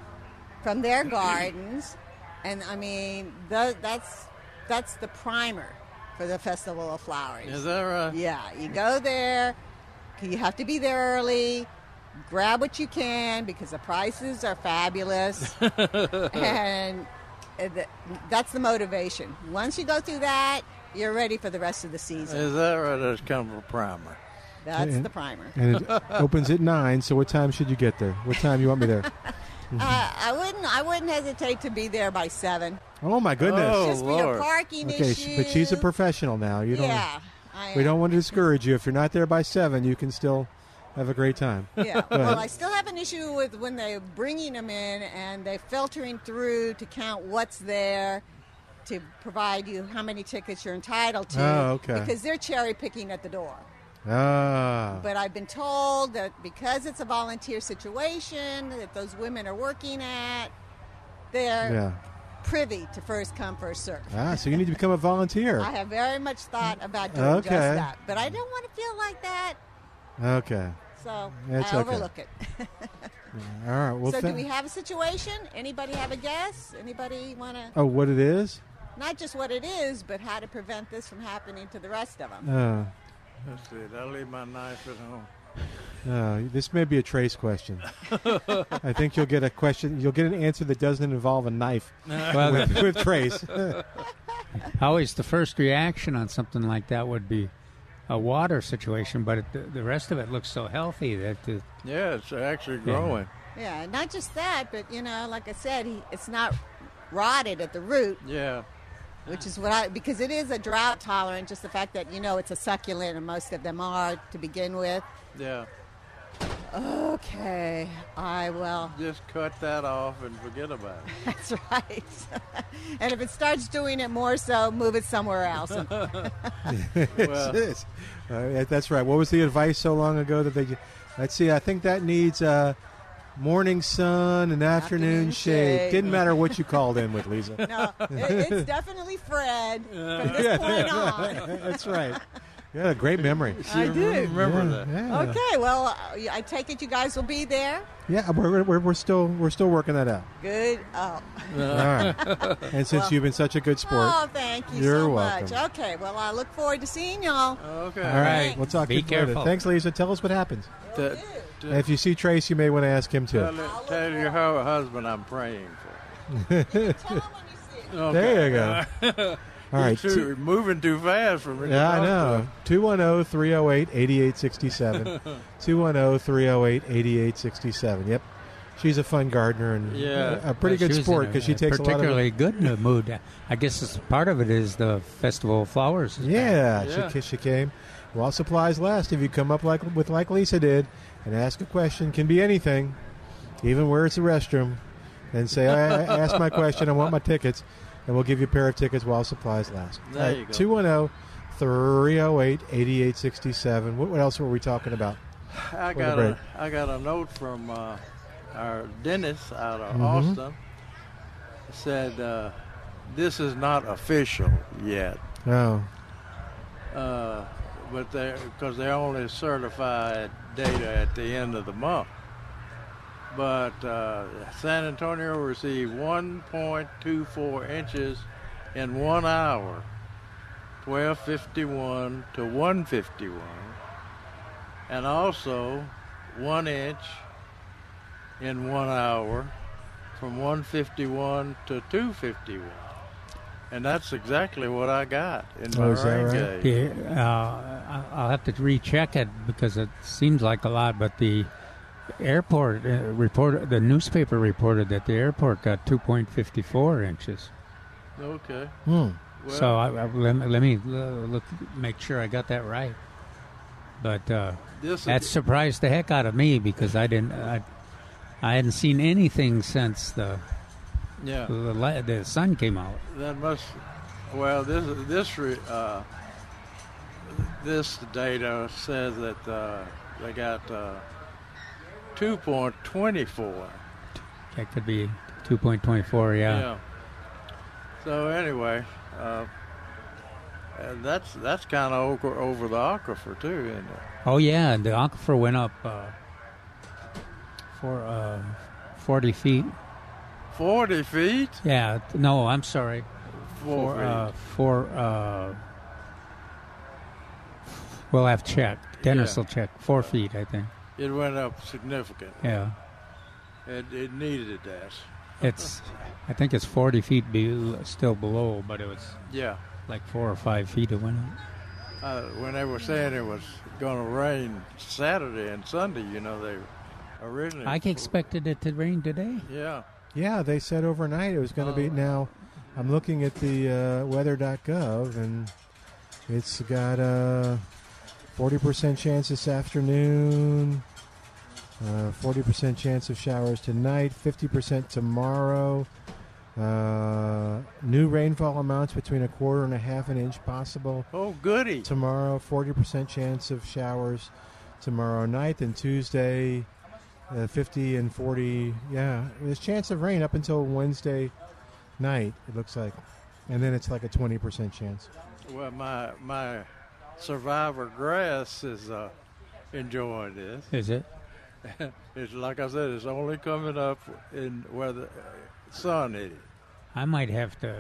S8: from their gardens, and I mean, tho- that's that's the primer for the Festival of Flowers.
S4: Is that right?
S8: Yeah, you go there. You have to be there early. Grab what you can because the prices are fabulous, and th- that's the motivation. Once you go through that, you're ready for the rest of the season.
S4: Is that right? That's kind of a primer.
S8: That's
S3: and-
S8: the primer.
S4: Mm-hmm.
S3: And it opens at nine. So what time should you get there? What time you want me there?
S8: Uh, I wouldn't. I wouldn't hesitate to be there by seven.
S3: Oh my goodness.
S4: Oh,
S8: Just for
S4: Lord.
S8: your parking
S3: okay,
S8: issue.
S3: sh- but she's a professional now. You don't.
S8: Yeah, I
S3: We
S8: am.
S3: don't want to discourage you. If you're not there by seven, you can still have a great time.
S8: Yeah. Well, I still have an issue with when they're bringing them in and they're filtering through to count what's there to provide you how many tickets you're entitled to.
S3: Oh, okay.
S8: Because they're cherry picking at the door.
S3: Ah.
S8: But I've been told that because it's a volunteer situation that those women are working at, they're
S3: Yeah.
S8: privy to first come, first serve.
S3: Ah, so you need to become a volunteer.
S8: I have very much thought about doing just
S3: Okay.
S8: that. But I don't want to feel like that,
S3: Okay.
S8: so
S3: That's
S8: I
S3: okay.
S8: overlook it.
S3: All right. Well,
S8: so, do
S3: thank-
S8: we have a situation? Anybody have a guess? Anybody want to?
S3: oh, what it is?
S8: Not just what it is, but how to prevent this from happening to the rest of them.
S3: Uh,
S4: That's it. I leave my knife at home.
S3: uh, this may be a trace question. I think you'll get a question. You'll get an answer that doesn't involve a knife
S6: Well, the-
S3: with, with trace.
S6: always the first reaction on something like that would be a water situation, but it, the, the rest of it looks so healthy that the,
S4: Yeah, it's actually growing.
S8: Yeah, not just that, but you know, like I said, he, it's not rotted at the root,
S4: Yeah.
S8: which is what I because it is a drought tolerant. Just the fact that you know it's a succulent, and most of them are to begin with.
S4: Yeah.
S8: Okay, I will.
S4: Just cut that off and forget about it.
S8: That's right. and if it starts doing it more so, move it somewhere else.
S3: That's it. All right, that's right. What was the advice so long ago that they? Let's see. I think that needs uh, morning sun and afternoon,
S8: Afternoon
S3: shade.
S8: shade.
S3: Didn't matter what you called in with, Lisa.
S8: No, it, it's definitely Fred from this point on.
S3: that's right. You had a great memory.
S4: I do. Remember
S3: yeah,
S4: that.
S3: Yeah.
S8: Okay, well, uh, I take it you guys will be there.
S3: Yeah, we're, we're, we're still we're still working that out.
S8: Good. Oh,
S3: All right. And since you've been such a good sport,
S8: oh thank you
S3: You're
S8: so
S3: welcome.
S8: much. Okay, well, I look forward to seeing y'all.
S4: Okay.
S3: all right,
S8: Thanks.
S3: we'll talk
S6: Be
S3: to you later.
S6: careful.
S3: Thanks, Lisa. Tell us what happens.
S4: T-
S3: And if you see Trace, you may want to ask him too.
S4: tell, it- tell your hu- husband I'm praying for.
S8: Tell 'em when you see 'em.
S4: you. Okay.
S3: There you go. All right.
S4: Too-
S3: two-
S4: moving too fast for me. to
S3: yeah, I
S4: talk to
S3: know. oh, 210 308 8867. 210 308 8867. Yep. She's a fun gardener and
S4: Yeah.
S3: a pretty
S6: Well,
S3: good
S6: was
S3: sport
S6: in a-
S3: because she takes a lot of.
S6: particularly good in a mood. I guess it's, part of it is the festival of flowers. is back.
S3: Yeah,
S4: Yeah.
S3: She, she came. While supplies last, if you come up like with like Lisa did and ask a question, can be anything, even where it's a restroom, and say, I, I asked my question, I want my tickets, and we'll give you a pair of tickets while supplies last.
S4: There you go.
S3: 210 308 8867. What what else were we talking about?
S4: I
S3: the
S4: got
S3: break.
S4: a, I got a note from uh, our dentist out of
S3: Mhm.
S4: Austin. Said uh, this is not official yet,
S3: Oh,
S4: uh, but they because they only certify data at the end of the month. But uh, San Antonio received 1.24 inches in one hour, 1251 to 151 and also one inch in one hour from 151 to 251. And that's exactly what I got in my
S3: Oh, is that
S4: rain
S3: right?
S4: gauge.
S6: The, uh, I- I'll have to recheck it because it seems like a lot, but the airport uh, reported, the newspaper reported that the airport got 2.54 inches.
S4: Okay.
S3: hmm.
S4: Well,
S6: so I, I, let, me- let me uh, look, make sure I got that right. But uh,
S4: this
S6: that
S4: is,
S6: surprised the heck out of me because I didn't, I, I hadn't seen anything since the
S4: yeah.
S6: the, li- the sun came out.
S4: That must. Well, this this re- uh, this data says that uh, they got uh, 2.24.
S6: That could be 2.24. Yeah.
S4: Yeah. So anyway, uh, and that's that's kind of over, over the aquifer too, isn't it?
S6: Oh yeah, the aquifer went up uh, for uh, 40 feet.
S4: Forty feet.
S6: Yeah. No, I'm sorry.
S4: Four
S6: For
S4: feet.
S6: uh, for uh, we'll have to check. Dennis
S4: Yeah.
S6: will check. Four feet, I think.
S4: it went up significant.
S6: Yeah.
S4: It, it needed that.
S6: It's. I think it's 40 feet be, still below, but it was
S4: Yeah.
S6: like four or five feet it went up.
S4: Uh, when they were saying it was going to rain Saturday and Sunday, you know, they originally.
S6: I expected it to rain today.
S4: Yeah.
S3: Yeah, they said overnight it was going to be. Now, I'm looking at the uh, weather.gov, and it's got a 40% chance this afternoon, uh, 40% chance of showers tonight, 50% tomorrow. Uh, new rainfall amounts between a quarter and a half an inch possible
S4: Oh, goody.
S3: tomorrow 40% chance of showers tomorrow night and tuesday uh, 50 and 40 yeah there's chance of rain up until wednesday night it looks like and then it's like a 20% chance
S4: Well, my my survivor grass is uh, enjoying this.
S6: Is it?
S4: It's like I said, it's only coming up in where the uh, sun is.
S6: I might have to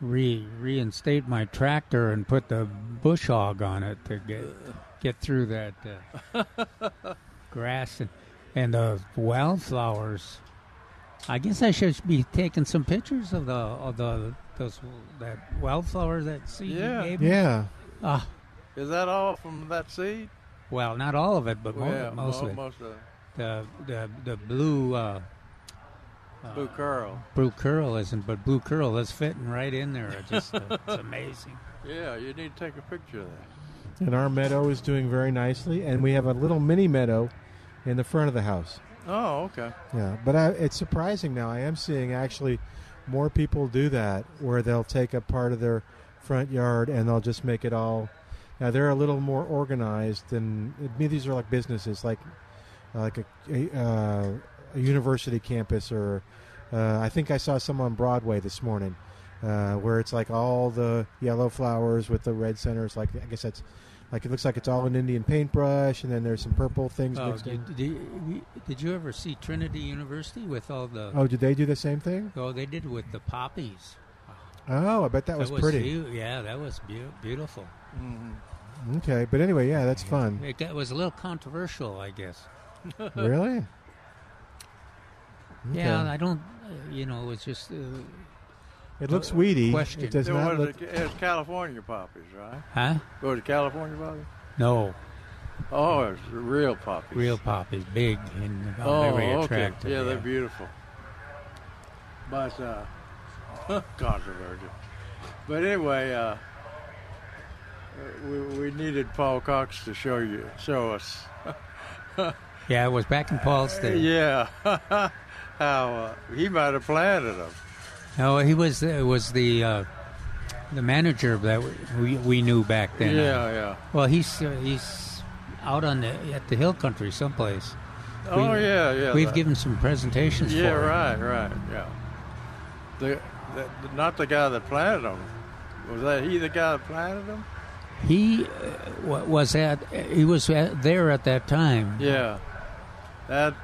S6: re reinstate my tractor and put the bush hog on it to get get through that uh, grass and, and the wildflowers. I guess I should be taking some pictures of the of the those that wildflower that seed
S4: Yeah.
S6: you gave me.
S3: yeah
S6: Ah,
S4: Is that all from that seed?
S6: well, not all of it, but mo-
S4: yeah,
S6: most
S4: mo-
S6: of it.
S4: most of
S6: The the the blue uh,
S4: it. Blue curl.
S6: blue curl isn't, but blue curl is fitting right in there. It just uh, it's amazing.
S4: Yeah, you need to take a picture of that.
S3: and our meadow is doing very nicely and we have a little mini meadow in the front of the house
S4: Oh, okay.
S3: Yeah, but I, it's surprising now. I am seeing actually more people do that, where they'll take up part of their front yard and they'll just make it all. Now they're a little more organized than I mean, these are like businesses, like like a, a, uh, a university campus, or uh, I think I saw some on Broadway this morning. uh, where it's like all the yellow flowers with the red centers. Like I guess that's like it looks like it's all an Indian paintbrush, and then there's some purple things
S6: Oh,
S3: mixed in.
S6: did, did, we- did you ever see Trinity University with all the?
S3: Oh, did they do the same thing?
S6: Oh, they did with the poppies.
S3: Oh, I bet that was, pretty.
S6: beau- yeah, that was beau- beautiful.
S4: Mm-hmm.
S3: Okay, but anyway, yeah, that's fun.
S6: It, that was a little controversial, I guess.
S3: really?
S6: Yeah,
S3: Okay.
S6: I don't. Uh, you know, it was just. Uh,
S3: It looks weedy.
S6: question.
S3: It does
S4: It
S3: not
S4: was
S3: look.
S4: the, it's California poppies, right?
S6: huh?
S4: Go to California poppies?
S6: No,
S4: Oh, it's real poppies.
S6: real poppies, big and uh,
S4: Oh,
S6: very
S4: okay.
S6: attractive.
S4: yeah, they're beautiful. But uh, controversial. But anyway, uh, we, we needed Paul Cox to show you, show us.
S6: Yeah, it was back in Paul's day.
S4: Yeah, how uh, he might have planted them.
S6: No, he was uh, was the uh, the manager that we we knew back then. uh,
S4: yeah,
S6: Well, he's uh, he's out on the at the hill country someplace.
S4: yeah. Oh, yeah, yeah.
S6: We've
S4: that-
S6: given some presentations.
S4: Yeah,
S6: for him.
S4: right, right, yeah. The, the, not the guy that planted them. Was that he the guy that planted them?
S6: He uh, wa- was at he was at, there at that time.
S4: Yeah, that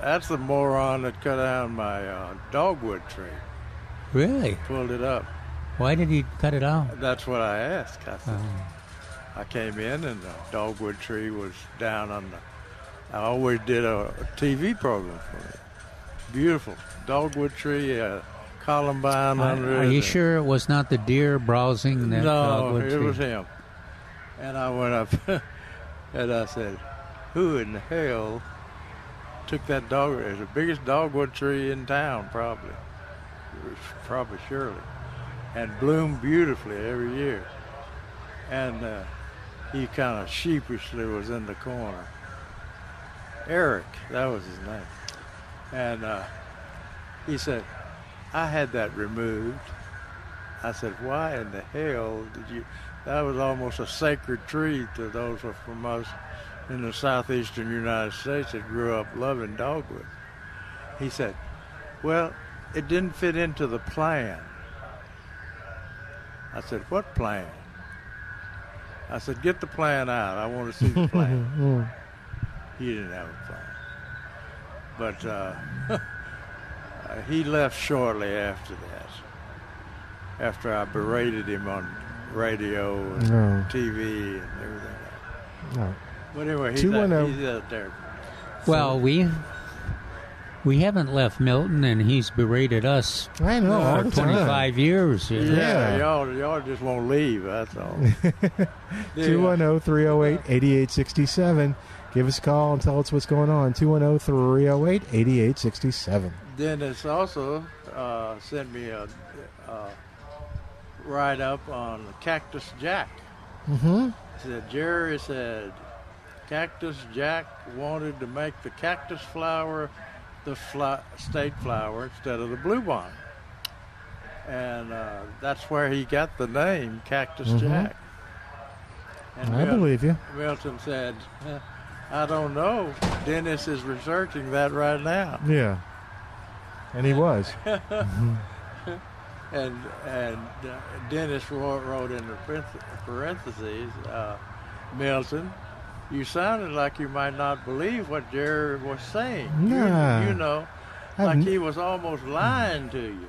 S4: that's the moron that cut down my uh, dogwood tree,
S6: Really?
S4: pulled it up.
S6: Why did he cut it out?
S4: That's what I asked. I, said,
S6: Oh.
S4: I came in and the dogwood tree was down on the. I always did a, a TV program for it. Beautiful dogwood tree, uh, columbine
S6: Are,
S4: under
S6: are
S4: it.
S6: you sure it was not the deer browsing that
S4: No,
S6: dogwood
S4: it
S6: tree?
S4: was him. And I went up and I said, Who in the hell took that dog? It's the biggest dogwood tree in town, probably. Probably, surely. And bloomed beautifully every year. And uh, he kind of sheepishly was in the corner. Eric, that was his name. And uh, he said, I had that removed. I said, "Why in the hell did you?" That was almost a sacred tree to those from us in the southeastern United States that grew up loving dogwood. He said, "Well, it didn't fit into the plan." I said, "What plan?" I said, "Get the plan out. I want to see the plan." he didn't have a plan, but uh, uh, he left shortly after that after I berated him on radio and
S3: No.
S4: TV and everything. Else.
S3: No.
S4: But anyway, he's out,
S3: 210.
S4: he's out there.
S6: Well, we we haven't left Milton, and he's berated us
S3: I know. all
S6: for
S3: the time.
S6: 25 years. you know.
S4: Yeah, y'all, y'all just won't leave. That's all.
S3: 210 308 8867. Give us a call and tell us what's going on. 210 308 8867.
S4: Dennis also uh, sent me a, a write up on Cactus Jack. Mm-hmm. Said Jerry said Cactus Jack wanted to make the cactus flower the fly, state flower instead of the blue bond, and uh, that's where he got the name Cactus Jack. And
S3: Mm-hmm. I
S4: Mel-
S3: believe you.
S4: Milton said, "Huh, "I don't know. Dennis is researching that right now."
S3: Yeah. And he was.
S4: And and uh, Dennis wrote, wrote in the parenth- parentheses, uh, Milton, you sounded like you might not believe what Jerry was saying. You-
S3: Nah.
S4: You, know,
S3: I've
S4: like
S3: n-
S4: he was almost lying to you.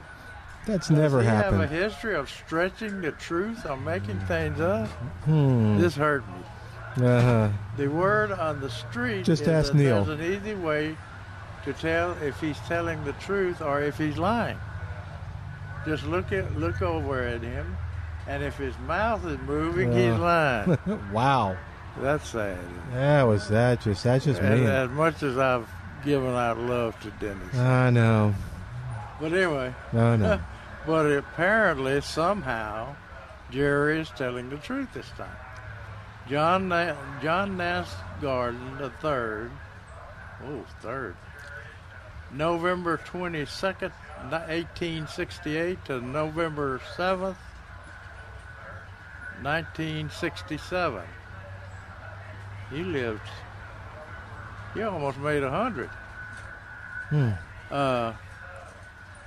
S3: That's
S4: Does
S3: never
S4: he
S3: happened. Mm-hmm.
S4: have a history of stretching the truth or making things up?
S3: Hmm.
S4: This hurt me.
S3: Uh-huh.
S4: The word on the street
S3: Just
S4: is
S3: ask
S4: that
S3: Neil.
S4: there's an easy way to tell if he's telling the truth or if he's lying. Just look at look over at him, and if his mouth is moving,
S3: Uh.
S4: he's lying.
S3: wow.
S4: That's sad.
S3: That was that just that's just
S4: As,
S3: mean. Uh.
S4: as much as I've given out love to Dennis,
S3: I know.
S4: but anyway,
S3: No, no.
S4: but apparently somehow Jerry is telling the truth this time. John Na- John Nast Garden the third, oh third, November twenty second, eighteen sixty eight to November seventh, nineteen sixty seven. He lived. He almost made a hundred. Uh,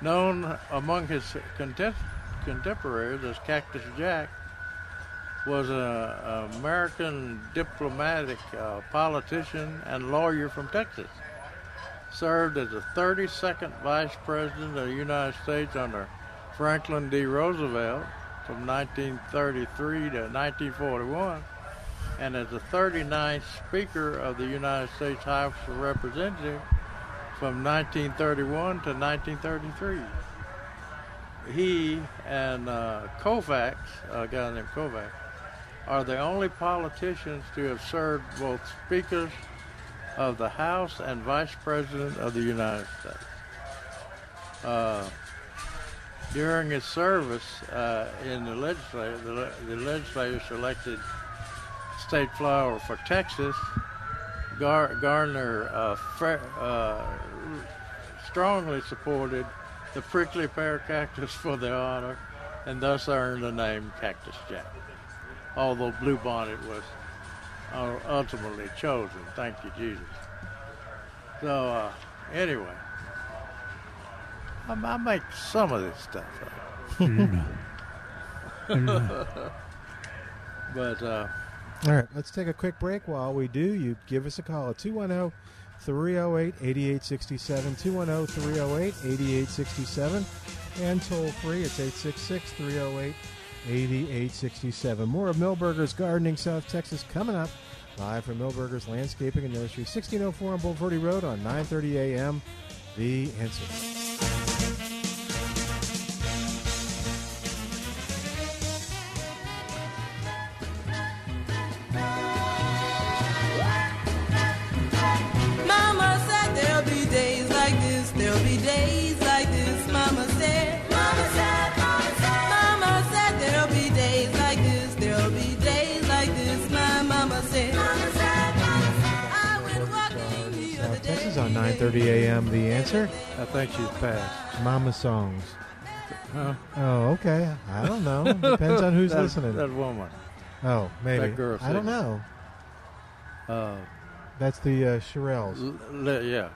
S4: known among his content- contemporary, this Cactus Jack, was an American diplomatic uh, politician and lawyer from Texas. Served as the 32nd Vice President of the United States under Franklin D. Roosevelt from 1933 to 1941, and as the 39th Speaker of the United States House of Representatives from 1931 to 1933. He and uh, Kovacs, a guy named Kovacs, are the only politicians to have served both speakers of the House and Vice President of the United States. Uh, during his service uh, in the legislature, the, le- the legislature selected state flower for Texas. Gar- Gardner uh, fre- uh, strongly supported the prickly pear cactus for the honor, and thus earned the name Cactus Jack. Although bluebonnet was uh, ultimately chosen, thank you Jesus. So uh, anyway, I, I make some of this stuff up. but uh,
S3: All right, let's take a quick break. While we do, you give us a call at 210 308 8867. 210 308 8867. And toll free, it's 866 308 8867. More of Millburgers Gardening South Texas coming up live from Millburgers Landscaping and Nursery, 1604 on Boulevardy Road on 930 a.m. The answer.
S7: Mama said there'll be days like this, there'll be days like this, Mama said. Mama said, Mama said. Mama said there'll be days like this, there'll be days like this, my mama said. Mama said, Mama said. I went walking the other
S3: South
S7: day.
S3: Texas on 930 a.m. The answer.
S4: I think she's passed.
S3: Mama songs. Oh, okay. I don't know. Depends on who's
S4: that,
S3: listening.
S4: That woman.
S3: oh, maybe.
S4: that girl
S3: I don't
S4: singing.
S3: know.
S4: Uh,
S3: That's the uh, Shirelles.
S4: l- l- yeah.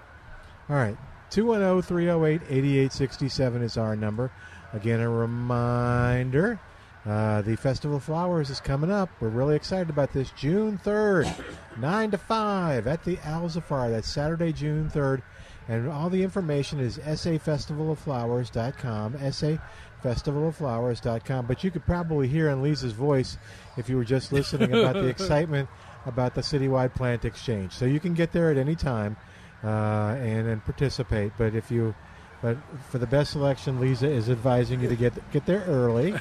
S3: All right. oh, 210 308 8867 is our number. Again, a reminder uh, the Festival of Flowers is coming up. We're really excited about this. June 3rd, 9 to 5 at the Al Zafar. That's Saturday, June 3rd. And all the information is safestivaloflowers.com. safestivaloflowers.com. But you could probably hear in Lisa's voice, if you were just listening, about the excitement about the citywide plant exchange. So you can get there at any time uh, and and participate. But if you, but for the best selection, Lisa is advising you to get get there early.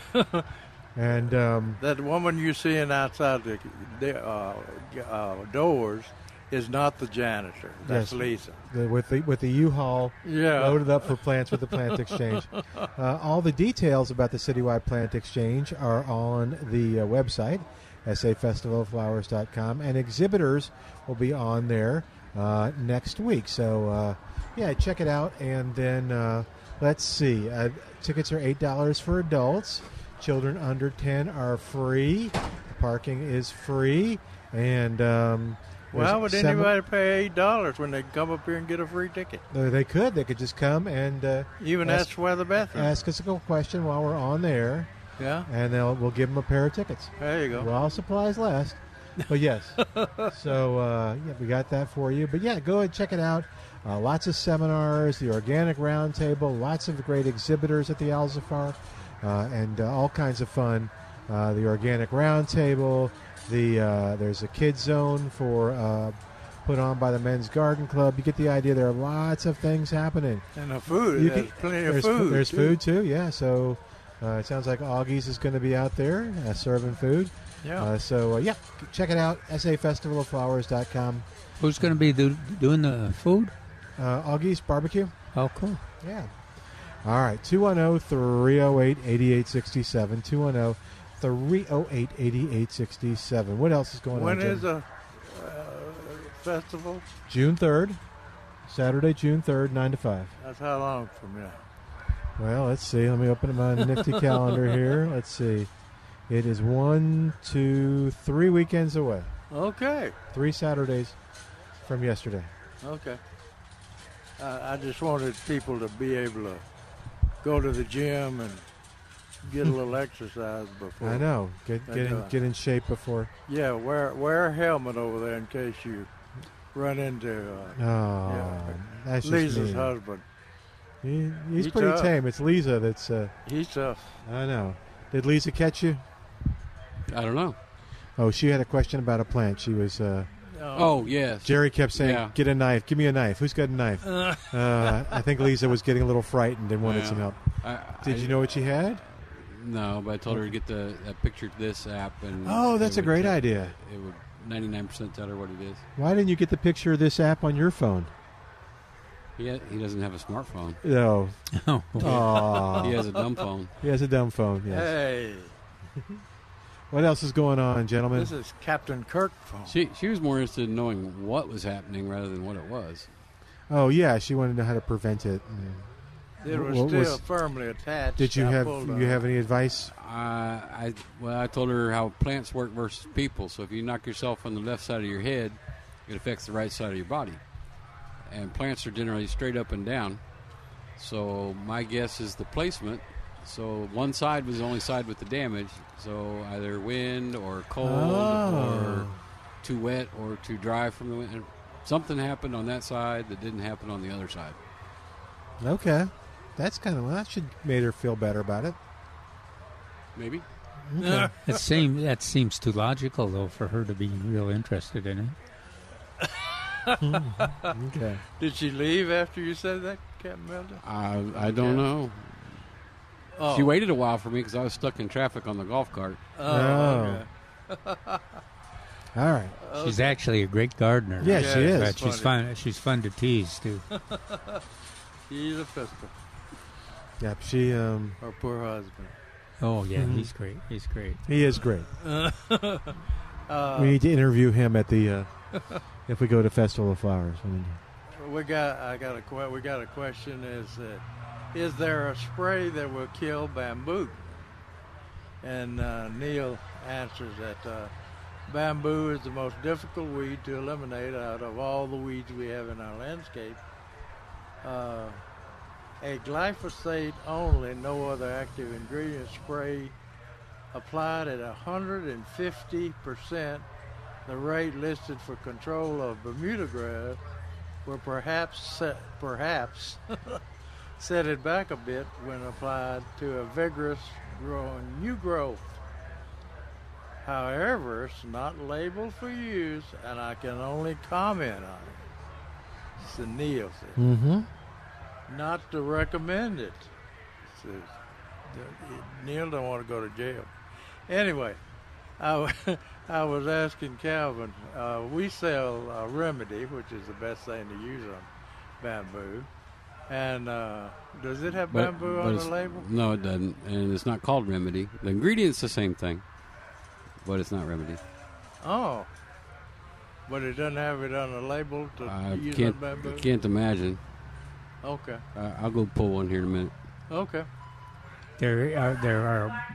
S3: and um,
S4: That woman you're seeing outside the, the uh, g- uh, doors is not the janitor. That's
S3: Yes.
S4: Lisa.
S3: the, with the with the U-Haul
S4: Yeah.
S3: loaded up for plants with the plant exchange. Uh, all the details about the citywide plant exchange are on the uh, website, safestivaloflowers.com, and exhibitors will be on there uh, next week. So uh, yeah, check it out, and then uh, let's see. Uh, tickets are eight dollars for adults. Children under ten are free. Parking is free, and um,
S4: Why
S3: there's
S4: would
S3: seven-
S4: anybody pay eight dollars when they can come up here and get a free ticket?
S3: uh, They could. They could just come and uh,
S4: Even
S3: ask,
S4: ask, where the bathroom.
S3: ask us a quick question while we're on there,
S4: yeah.
S3: and they'll we'll give them a pair of tickets
S4: There you go.
S3: while supplies last. But yes, so uh, yeah, we got that for you. But yeah, go and check it out. Uh, lots of seminars, the organic roundtable, lots of great exhibitors at the Al Zafar, uh, and uh, all kinds of fun. Uh, the organic roundtable, the uh, there's a kids zone for uh, put on by the men's garden club. You get the idea. There are lots of things happening.
S4: and the food.
S3: You
S4: there's
S3: can-
S4: plenty of
S3: there's
S4: food.
S3: fo- There's
S4: too.
S3: food too. Yeah. So uh, it sounds like Augie's is going to be out there uh, serving food.
S4: Yeah.
S3: Uh, so uh, yeah, c- check it out. SAFestivalOfFlowers.com.
S6: Who's going to be do, doing the food?
S3: Uh, Augie's barbecue.
S6: Oh, cool.
S3: Yeah. All right. oh, 210 308 8867. 210 308 8867. What else is going
S4: when
S3: on? Jim?
S4: is a uh, festival?
S3: June 3rd. Saturday, June 3rd, 9 to 5.
S4: That's how long from now.
S3: Well, let's see. Let me open my nifty calendar here. Let's see. It is one, two, three weekends away.
S4: Okay.
S3: Three Saturdays from yesterday.
S4: Okay. I, I just wanted people to be able to go to the gym and get a little exercise before.
S3: I know. Get
S4: I
S3: get in,
S4: know.
S3: get in shape before.
S4: Yeah, wear wear a helmet over there in case you run into uh,
S3: Oh, that's just
S4: Lisa's
S3: mean.
S4: husband.
S3: He, he's
S4: He
S3: pretty
S4: tough.
S3: tame. It's Lisa that's. Uh,
S4: He's tough.
S3: I know. Did Lisa catch you?
S5: I don't know.
S3: Oh, she had a question about a plant. She was. Uh,
S5: Oh, yes.
S3: Jerry kept saying,
S5: Yeah.
S3: "Get a knife. Give me a knife. Who's got a knife?" uh, I think Lisa was getting a little frightened and wanted
S5: Yeah.
S3: some help.
S5: I,
S3: Did
S5: I-
S3: you know what she had?
S5: No, but I told her to get the that picture to this app and.
S3: Oh,
S5: it
S3: that's a
S5: would
S3: great
S5: tell-
S3: idea.
S5: It would ninety nine percent tell her what it is.
S3: Why didn't you get the picture of this app on your phone?
S5: He ha- he doesn't have a smartphone.
S3: No.
S6: Oh,
S3: Aw.
S5: He has a dumb phone.
S3: He has a dumb phone. Yes.
S4: Hey,
S3: What else is going on, gentlemen?
S4: this is Captain Kirk. Phone.
S5: She she was more interested in knowing what was happening rather than what it was.
S3: Oh yeah, she wanted to know how to prevent it. Mm.
S4: It was
S3: what
S4: still
S3: was-
S4: firmly attached.
S3: Did you
S4: I
S3: have
S4: pulled
S3: you
S4: on-
S3: have any advice?
S5: Uh, I well, I told her how plants work versus people. So if you knock yourself on the left side of your head, it affects the right side of your body. And plants are generally straight up and down. So my guess is the placement. So one side was the only side with the damage. So either wind or cold
S3: Oh.
S5: or too wet or too dry from the wind. Something happened on that side that didn't happen on the other side.
S3: Okay, that's kind of that should made her feel better about it.
S5: Maybe.
S6: that seems that seems too logical though for her to be real interested in it.
S3: Okay,
S4: Did she leave after you said that, Captain Milton?
S5: I I
S4: Okay.
S5: don't know.
S4: Oh,
S5: She waited a while for me because I was stuck in traffic on the golf cart.
S4: Oh,
S3: No.
S4: okay.
S3: all right.
S6: She's actually a great gardener.
S3: Yeah,
S4: Yeah,
S3: she is.
S6: But she's fun. She's fun to tease too.
S4: He's a pistol.
S3: Yep, she um
S4: Her poor husband.
S6: Oh yeah, he's great. He's great.
S3: he is great. we need to interview him at the uh, if we go to Festival of Flowers. I mean,
S4: We got. I got a. que- We got a question. Is that? Is there a spray that will kill bamboo? And uh, Neil answers that uh, bamboo is the most difficult weed to eliminate out of all the weeds we have in our landscape. Uh, a glyphosate only, no other active ingredient spray applied at 150% the rate listed for control of Bermuda grass were perhaps set, perhaps set it back a bit when applied to a vigorous growing new growth. However, it's not labeled for use, and I can only comment on it. It's the Neil said. Mm-hmm. Not to recommend it. Says, Neil don't want to go to jail. Anyway, I, w- I was asking Calvin, uh, we sell uh, Remedy, which is the best thing to use on bamboo. And uh, does it have
S5: But-
S4: bamboo
S5: but
S4: on the
S5: it's-
S4: label?
S5: No, it doesn't, and it's not called remedy. The ingredient's the same thing, but it's not remedy.
S4: Oh. But it doesn't have it on the label to
S5: I
S4: use on
S5: can't
S4: bamboo?
S5: can't imagine.
S4: Okay.
S5: I I'll go pull one here in a minute.
S4: Okay.
S6: There are there are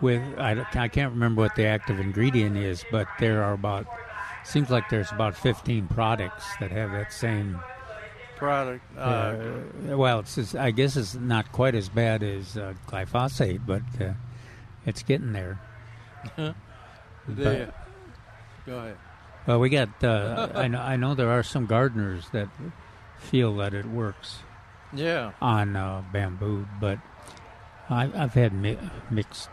S6: with I, don't- I can't remember what the active ingredient is, but there are about seems like there's about 15 products that have that same.
S4: Product. Uh,
S6: Uh, well, it's just, I guess it's not quite as bad as uh, glyphosate, but uh, it's getting there.
S4: the, go ahead.
S6: Well, we got. Uh, I know. I know there are some gardeners that feel that it works
S4: Yeah.
S6: on uh, bamboo, but I, I've had mi- mixed.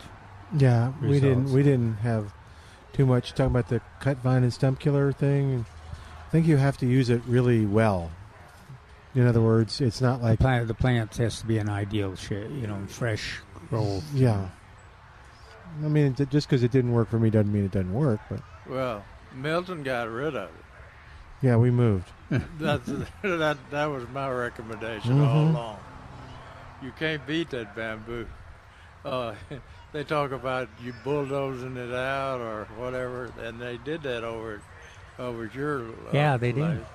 S3: yeah, we didn't
S6: Results.
S3: we didn't have too much talking about the cut vine and stump killer thing. I think you have to use it really well. In other words, it's not
S6: The
S3: like
S6: plant, the plant has to be an ideal shape, you know, fresh grow.
S3: yeah. I mean, it- just because it didn't work for me doesn't mean it doesn't work. But
S4: Well, Milton got rid of it.
S3: yeah, we moved.
S4: That's, that, that was my recommendation all
S6: Mm-hmm.
S4: along. You can't beat that bamboo. Uh, they talk about you bulldozing it out or whatever, and they did that over over your uh,
S6: Yeah, they did.
S4: place.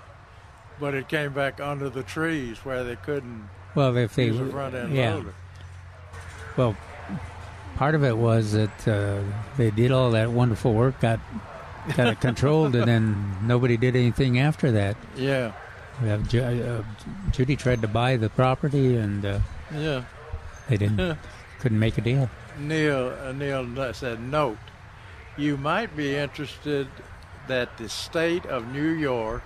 S4: But it came back under the trees where they couldn't
S6: Well, if they,
S4: use a front end
S6: yeah.
S4: loader.
S6: Well, part of it was that uh, they did all that wonderful work, got got it controlled, and then nobody did anything after that.
S4: Yeah,
S6: Uh, Ju- uh, Judy tried to buy the property, and uh,
S4: yeah.
S6: they didn't couldn't make a deal.
S4: Neil uh, Neil no- said, "Note, you might be interested that the state of New York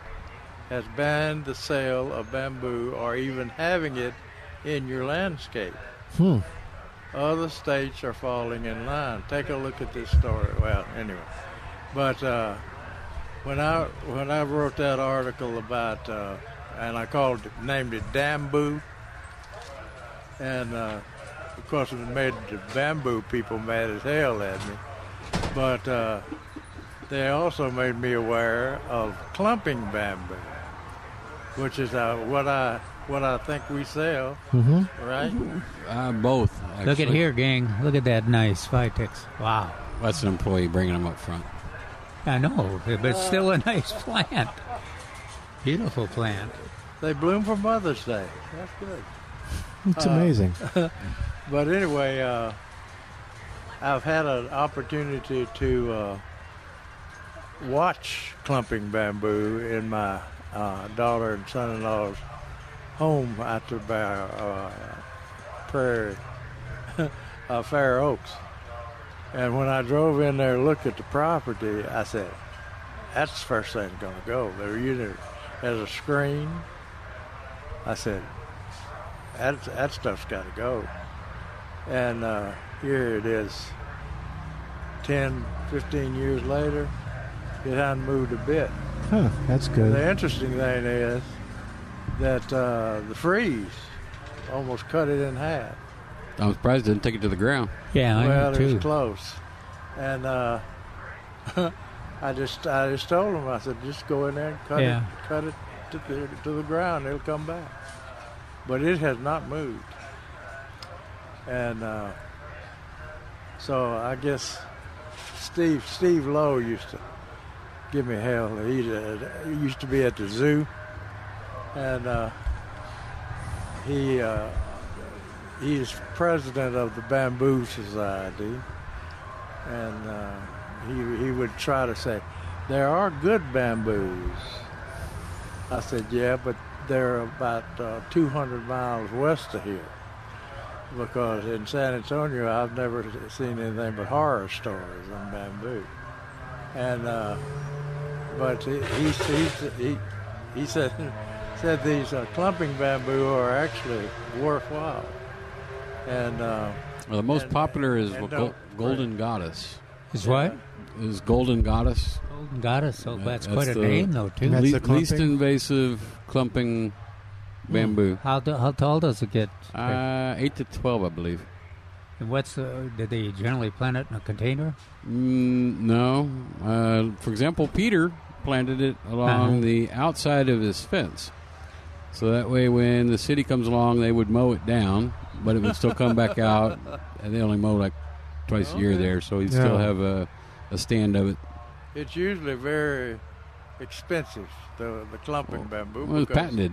S4: has banned the sale of bamboo or even having it in your landscape. Other states are falling in line. Take a look at this story. Well, anyway, but." Uh, when I when I wrote that article about uh, and I called it, named it Damboo, and uh, of course it made the bamboo people mad as hell at me, but uh, they also made me aware of clumping bamboo, which is uh, what I what I think we sell, right?
S5: Uh, both.
S6: Look at
S5: actually.
S6: here, gang. Look at that nice vitex. Wow.
S5: That's an employee bringing them up front.
S6: I know, but it's still a nice plant. Beautiful plant.
S4: They bloom for Mother's Day. That's good.
S3: It's amazing.
S4: But anyway, uh, I've had an opportunity to uh, watch clumping bamboo in my uh, daughter and son-in-law's home out there by uh, Prairie, uh, Fair Oaks. And when I drove in there to look at the property, I said, "That's the first thing going to go." There, you know, there's a screen. I said, "That that stuff's got to go." And uh, here it is, 10, 15 years later, it hadn't moved a bit.
S3: Huh, that's good.
S4: The interesting thing is that uh, the freeze almost cut it in half.
S5: I'm surprised it didn't take it to the ground.
S6: Yeah, I
S4: well, it
S6: know too.
S4: was close. And uh, I just I just told him, I said, just go in there and cut
S6: Yeah.
S4: it, cut it to the, to the ground. It'll come back. But it has not moved. And uh, so I guess Steve Steve Lowe used to give me hell. He, uh, he used to be at the zoo, and uh, he uh, he's president of the Bamboo Society, and uh, he he would try to say there are good bamboos. I said, yeah, but they're about uh, 200 miles west of here. Because in San Antonio, I've never seen anything but horror stories on bamboo. And uh, but he he he, he, he said said these uh, clumping bamboo are actually worthwhile. And uh,
S5: Well, the most
S4: And-
S5: popular is
S4: and
S5: what
S4: don't-
S5: Go- Golden Goddess.
S6: Is what?
S5: Is Golden Goddess
S6: Golden goddess. Oh,
S5: Yeah,
S6: that's,
S5: that's
S6: quite a
S5: the-
S6: name, though, too.
S3: That's
S5: Le-
S3: the clumping?
S5: least invasive clumping bamboo?
S6: How, do, how tall does it get?
S5: Uh, eight to twelve, I believe.
S6: and what's uh, did they generally plant it in a container?
S5: Mm, no. Uh, for example, Peter planted it along
S6: Uh-huh.
S5: the outside of his fence. So that way, when the city comes along, they would mow it down, but it would still come back out. And they only mow like twice a year there, so he'd still
S3: Yeah.
S5: have a, a stand of it.
S4: it's usually very expensive, the, the clumping bamboo.
S5: Well, it was
S4: because-
S5: patented.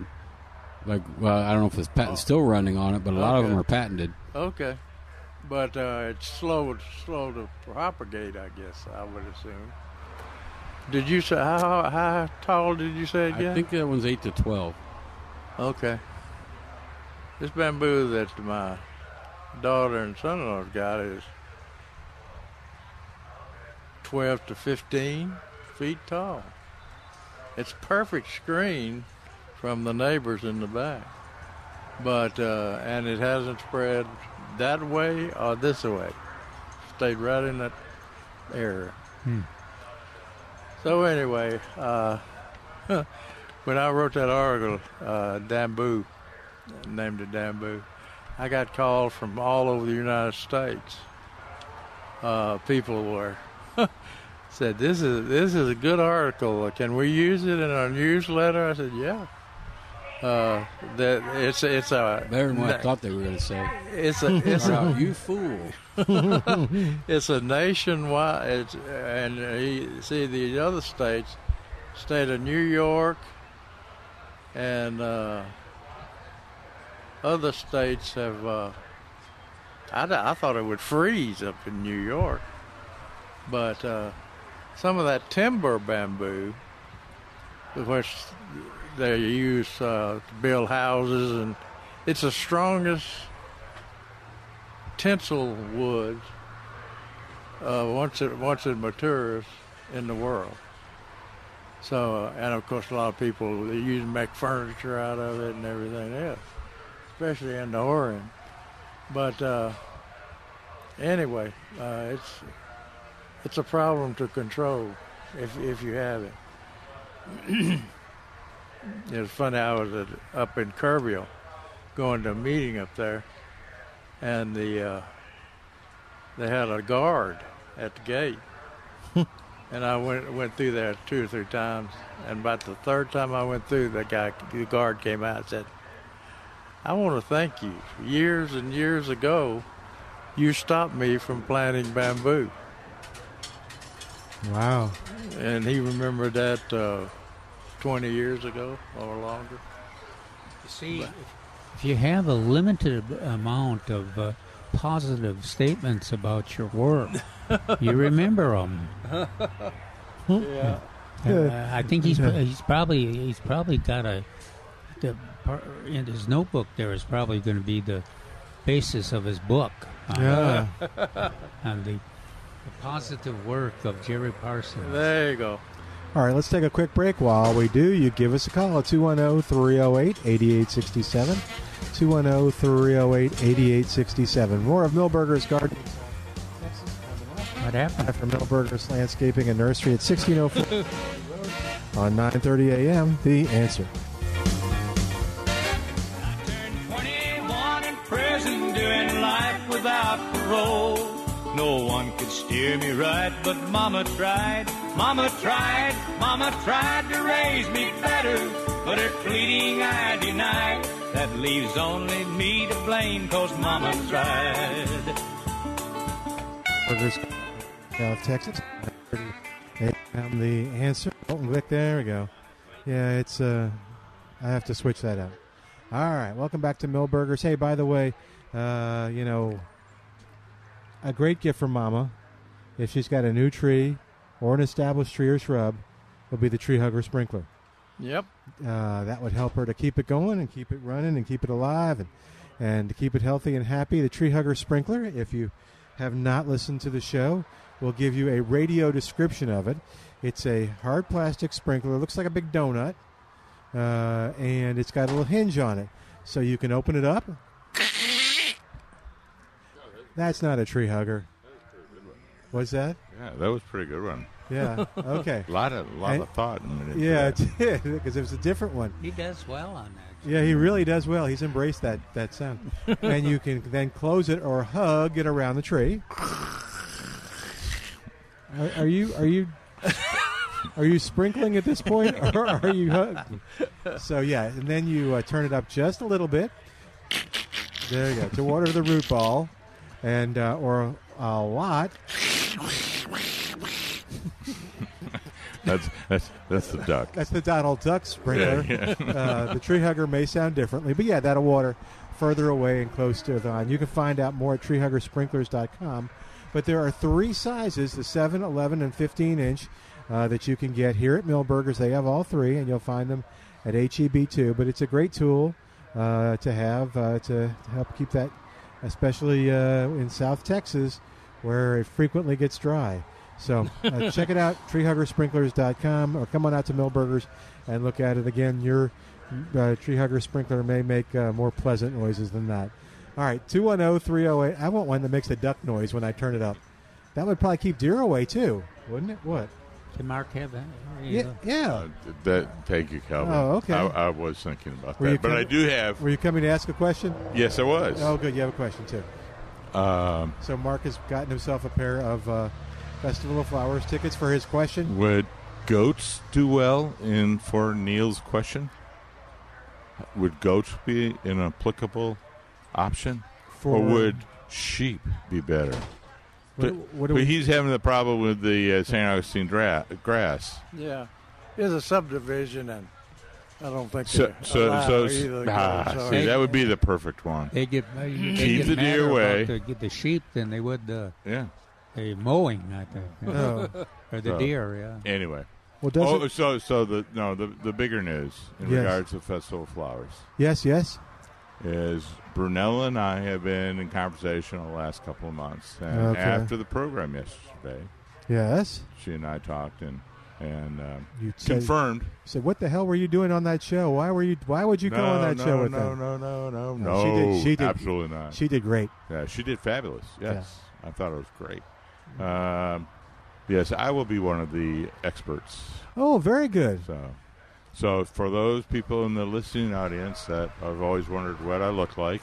S5: Like, well, I don't know if this patent's still running on it, but a lot of
S4: Okay.
S5: them are patented.
S4: Okay. But uh, it's slow, slow to propagate, I guess, I would assume. Did you say, how, how tall did you say
S5: I
S4: again?
S5: think that one's 8 to 12.
S4: Okay. This bamboo that my daughter and son-in-law's got is 12 to 15 feet tall. It's perfect screen from the neighbors in the back. But, uh, and it hasn't spread that way or this way. Stayed right in that area. So anyway, uh, when I wrote that article, uh, Dambu, named it Dambu, I got calls from all over the United States. Uh, people were said, "This is this is a good article. Can we use it in our newsletter?" I said, "Yeah." Uh, that it's it's a
S5: Better than what I thought they were going to say.
S4: it's a it's a
S5: Wow, Oh, you fool.
S4: it's a nationwide it's, and he, see the other states state of new york and uh, other states have uh, I, d- I thought it would freeze up in new york but uh, some of that timber bamboo which they use uh, to build houses and it's the strongest tinsel wood uh, once it once it matures in the world. So uh, and of course a lot of people they use make furniture out of it and everything else, especially in the Orient. But uh, anyway, uh, it's it's a problem to control if if you have it. it's funny. I was at, up in Kerrville, going to a meeting up there, and the uh, they had a guard at the gate, and I went went through there two or three times. And about the third time I went through, the guy, the guard came out and said, "I want to thank you. Years and years ago, you stopped me from planting bamboo."
S3: Wow.
S4: And he remembered that uh, 20 years ago or longer.
S6: You see, if you have a limited ab- amount of uh, positive statements about your work, you remember them.
S4: Yeah.
S6: Uh, I think he's he's probably he's probably got a the par- in his notebook there is probably going to be the basis of his book on,
S3: Yeah.
S6: on the, the positive work of Jerry Parsons.
S4: There you go.
S3: All right, let's take a quick break. While we do, you give us a call at oh, 210 308 8867. 210 308 8867. More of Millburgers Garden.
S6: What happened?
S3: After Millburgers Landscaping and Nursery at 1604 on 9:30 a.m. The answer.
S7: turned 21 in prison doing life without parole. No one could steer me right, but Mama tried. Mama tried, Mama tried to raise me better, but her pleading I denied. That leaves only me to blame, cause Mama tried.
S3: Burgers out of Texas. 9:30 a.m. The answer. Milton Glick, there we go. Yeah, it's uh I have to switch that up. All right, welcome back to Millburgers. Hey, by the way, uh, you know, a great gift for Mama, if she's got a new tree or an established tree or shrub, will be the tree hugger sprinkler.
S4: Yep.
S3: Uh, that would help her to keep it going and keep it running and keep it alive and, and to keep it healthy and happy. The Tree Hugger Sprinkler, if you have not listened to the show, will give you a radio description of it. It's a hard plastic sprinkler. It looks like a big donut, uh, and it's got a little hinge on it. So you can open it up. That's not a tree hugger. What's that?
S9: Yeah, that was a pretty good one.
S3: Yeah. Okay.
S9: A lot of, lot
S3: And-
S9: of thought. in it.
S3: Yeah, it did, because it was a different one.
S6: He does well on that.
S3: Yeah, he really does well. He's embraced that that sound, and you can then close it or hug it around the tree. Are, are you are you are you sprinkling at this point, or are you hugging? So yeah, and then you uh, turn it up just a little bit. There you go to water the root ball, and uh, or a lot.
S9: That's, that's, that's the duck.
S3: That's the Donald Duck sprinkler.
S9: Yeah,
S3: uh, the tree hugger may sound differently, but yeah, that'll water further away and close to the line. You can find out more at treehuggersprinklers.com. But there are three sizes the 7, 11, and 15 inch uh, that you can get here at Millburgers. They have all three, and you'll find them at HEB too. But it's a great tool uh, to have uh, to, to help keep that, especially uh, in South Texas where it frequently gets dry. So uh, check it out, treehuggersprinklers.com, or come on out to Millburgers and look at it again. Your uh, tree hugger sprinkler may make uh, more pleasant noises than that. All right, oh, 210 308. I want one that makes a duck noise when I turn it up. That would probably keep deer away, too, wouldn't it? What?
S6: Can Mark have that? There you
S3: Yeah.
S6: go.
S3: yeah.
S9: Uh, that, thank you, Calvin.
S3: Oh, okay.
S9: I, I was thinking about
S3: Were you
S9: that. But I
S3: kind-
S9: do have.
S3: Were you coming to ask a question?
S9: yes, I was.
S3: Oh, good. You have a question, too.
S9: Um,
S3: So Mark has gotten himself a pair of uh, Festival of Flowers tickets for his question.
S9: would goats do well in for Neil's question? Would goats be an applicable option?
S3: For
S9: or would sheep be better?
S3: What,
S9: But,
S3: what do
S9: but
S3: we-
S9: he's having the problem with the uh, St. Augustine dra- grass.
S4: Yeah. There's a subdivision, and I don't think
S9: So,
S4: they're
S9: so,
S4: allowed
S9: so,
S4: either.
S9: ah,
S4: So-
S9: see, that would be the perfect one.
S6: They get they
S9: Keep
S6: get
S9: the
S6: madder
S9: deer
S6: about
S9: away.
S6: The, get the sheep than they would the,
S9: Yeah.
S6: the mowing, I think, yeah.
S3: Oh.
S6: or the
S9: Oh.
S6: deer. Yeah.
S9: Anyway.
S3: Well, does
S9: oh,
S3: it,
S9: so so the no the the bigger news in
S3: Yes.
S9: regards to Festival of Flowers.
S3: yes, yes.
S9: is Brunella and I have been in conversation the last couple of months. And
S3: Okay.
S9: after the program yesterday,
S3: Yes.
S9: she and I talked and and um,
S3: You said-
S9: confirmed.
S3: So what the hell were you doing on that show? Why were you? Why would you go
S9: No,
S3: on that
S9: no,
S3: show with
S9: no,
S3: them?
S9: No, no, no, no,
S3: No, she did- she did-
S9: absolutely not.
S3: She did great.
S9: Yeah, uh, she did fabulous. Yes, I thought it was great. Um, yes, I will be one of the experts.
S3: Oh, very good.
S9: So, so for those people in the listening audience that I've always wondered what I look like,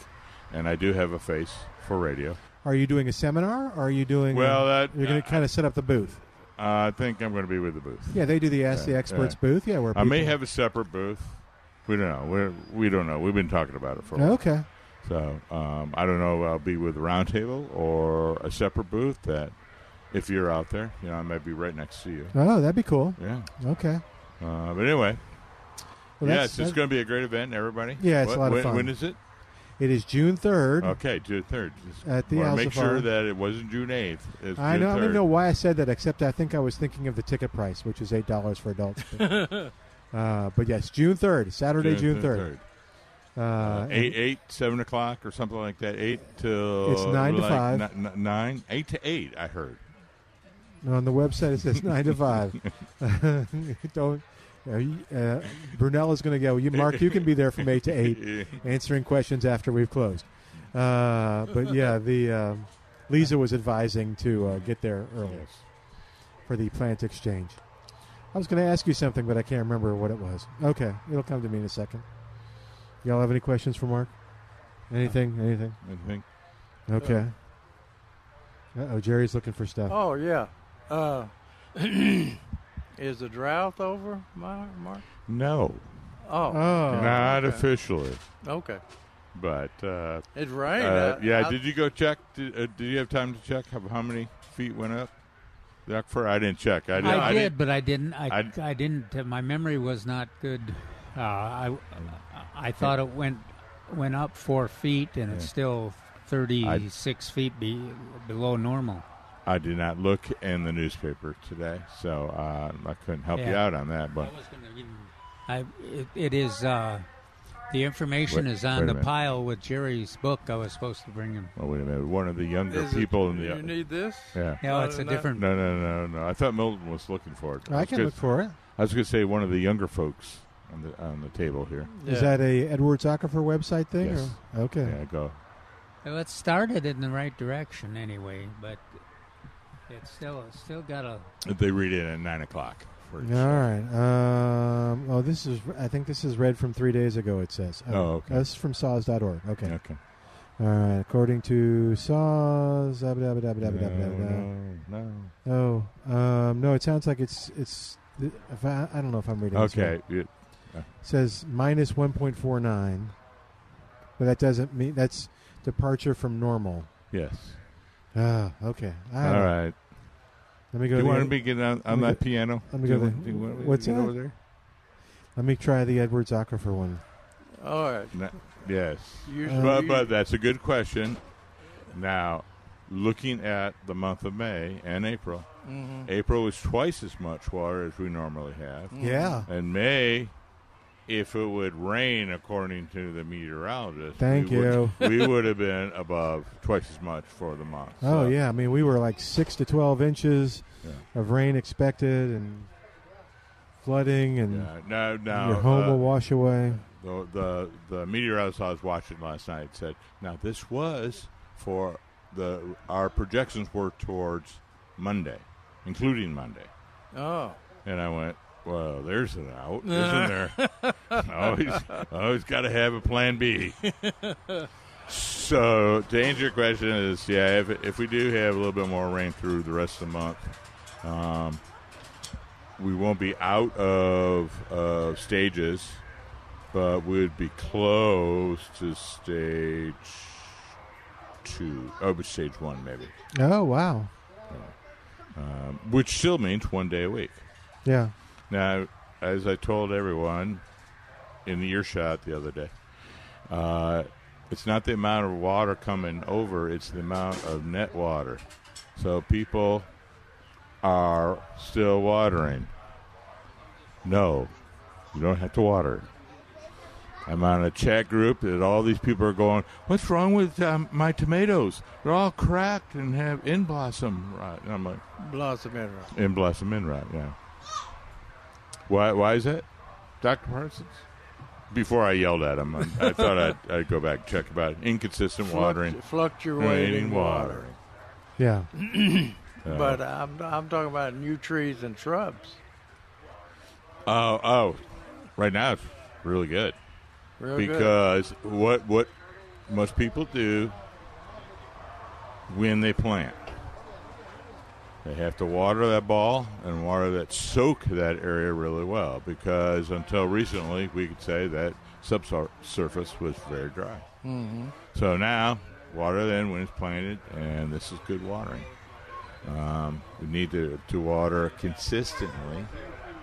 S9: and I do have a face for radio.
S3: Are you doing a seminar? Or are you doing?
S9: Well,
S3: a-
S9: that-
S3: you're going to kind of set up the booth.
S9: I think I'm going to be with the booth.
S3: Yeah, they do the Ask the Experts booth. Yeah, where
S9: I may
S3: people-
S9: have a separate booth. We don't know. We're, we don't know. We've been talking about it for a while.
S3: Okay.
S9: So um, I don't know. if I'll be with the roundtable or a separate booth. That if you're out there, you know, I might be right next to you.
S3: Oh, that'd be cool.
S9: Yeah.
S3: Okay.
S9: Uh, but anyway,
S3: Well, that's-
S9: yes, it's
S3: that's-
S9: going to be a great event. Everybody.
S3: Yeah, it's
S9: What-
S3: a lot of
S9: when,
S3: fun.
S9: When is it?
S3: It is June third.
S9: Okay, June third. Just
S3: At the
S9: wanna make
S3: Alcivar.
S9: sure that it wasn't June eighth.
S3: I know. I don't even know why I said that, except I think I was thinking of the ticket price, which is eight dollars for adults. But, uh, but yes, June third, Saturday, June
S9: June
S3: third. Uh,
S9: eight, uh, eight, seven o'clock, or something like that. Eight to
S3: It's nine to five.
S9: Nine, nine, eight to eight. I heard.
S3: and on the website it says nine to five. don't. Uh, you- uh, Brunella's going to go. You, Mark, you can be there from eight to eight, answering questions after we've closed. Uh, but yeah, the um Lisa was advising to uh, get there early for the plant exchange. I was going to ask you something, but I can't remember what it was. Okay, it'll come to me in a second. Y'all have any questions for Mark? Anything? Anything?
S9: Anything?
S3: Okay. Uh oh, Jerry's looking for stuff.
S4: Oh yeah. Uh, is the drought over, Mar- Mark?
S9: No.
S4: Oh.
S3: Oh.
S9: Not
S4: Okay.
S9: officially.
S4: Okay.
S9: But uh,
S4: It rained.
S9: Uh,
S4: I-
S9: yeah.
S4: I-
S9: did you go check? Did, uh, did you have time to check how, how many feet went up? That fur- I didn't check. I,
S6: I
S9: did,
S6: did,
S9: I didn't-
S6: but I didn't. I,
S9: I-
S6: I, didn't. My memory was not good. Uh, I I thought it went went up four feet, and it's
S9: Yeah.
S6: still thirty six feet be, below normal.
S9: I did not look in the newspaper today, so uh, I couldn't help you
S6: Yeah.
S9: out on that. But
S6: I it, it is uh, the information
S9: Wait-
S6: is
S9: wait a
S6: on the
S9: minute.
S6: pile with Jerry's book. I was supposed to bring him.
S9: oh, wait a minute. One of the younger
S4: Is it-
S9: people in the
S4: you need this?
S9: yeah.
S6: No, it's a
S4: Other than
S6: different.
S9: No, no, no, no. I thought Milton was looking for it.
S3: I
S9: was
S3: can
S9: gonna-
S3: look for it.
S9: I was going to say one of the younger folks on the on the table here.
S3: Is that a Edward Zuckerfer website thing?
S9: Yes.
S3: Or? Okay.
S9: Yeah, go.
S6: Well, it started in the right direction anyway, but it's still still got a.
S9: They read it at nine o'clock. For
S3: All right. Um, oh, this is. I think this is read from three days ago. It says.
S9: Oh, okay.
S3: That's from saws.org. Okay.
S9: Okay.
S3: All right. According to saws. abba, dabba, dabba, dabba, dabba,
S9: No,
S3: dabba, dabba.
S9: no, no.
S3: Oh, um, no. It sounds like it's it's. If I, I don't know if I'm reading. this
S9: Okay.
S3: right.
S9: it- uh,
S3: says minus 1.49, but that doesn't mean that's departure from normal.
S9: yes.
S3: Ah, okay. I
S9: All
S3: don't-
S9: right.
S3: Let
S9: Do you
S3: me go. to the
S9: want
S3: other-
S9: to be getting on,
S3: let
S9: on
S3: me
S9: that
S3: go-
S9: piano?
S3: Let me
S9: Do
S3: go.
S9: you
S3: to-
S9: want- do you want me to
S3: what's
S9: get
S3: that?
S9: over there?
S3: Let me try the Edward Zuckerfer one.
S4: All right.
S9: No, yes.
S4: Usually-
S9: but, but that's a good question. Now, looking at the month of May and April,
S4: Mm-hmm.
S9: April was twice as much water as we normally have.
S3: Yeah.
S9: And May, if it would rain according to the meteorologist,
S3: Thank
S9: we
S3: you.
S9: Would, we would have been above twice as much for the month.
S3: Oh
S9: So,
S3: yeah, I mean we were like six to twelve inches
S9: Yeah.
S3: of rain expected, and flooding, and
S9: yeah. Uh, Now, now
S3: your home
S9: uh,
S3: will wash away.
S9: The, the the meteorologist I was watching last night said, "Now this was for the our projections were towards Monday, including Monday."
S4: Oh.
S9: And I went, "Well, there's an out, isn't there? I always I always got to have a plan B." so to answer your question is, yeah, if if we do have a little bit more rain through the rest of the month, um, we won't be out of uh, stages, but we'd be close to stage two, oh, but stage one maybe,
S3: Oh wow,
S9: um, which still means one day a week.
S3: yeah,
S9: Now, as I told everyone in the earshot the other day, uh, it's not the amount of water coming over, it's the amount of net water. So people are still watering. No, you don't have to water. I'm on a chat group that all these people are going, "What's wrong with um, my tomatoes? They're all cracked and have in blossom rot." And I'm like,
S4: Blossom in rock.
S9: "In blossom in rot, yeah." Why? Why is that, Doctor Parsons? Before I yelled at him, I, I thought I'd, I'd go back and check about it. Inconsistent watering,
S4: Fluctu- fluctuating water.
S3: Yeah.
S9: Uh,
S4: But I'm, I'm talking about new trees and shrubs.
S9: oh, oh, right now it's really good.
S4: Real good.
S9: because what what most people do when they plant they have to water that ball and water that soak that area really well because until recently we could say that subsurface was very dry mm-hmm. so now water then when it's planted and this is good watering um, we need to, to water consistently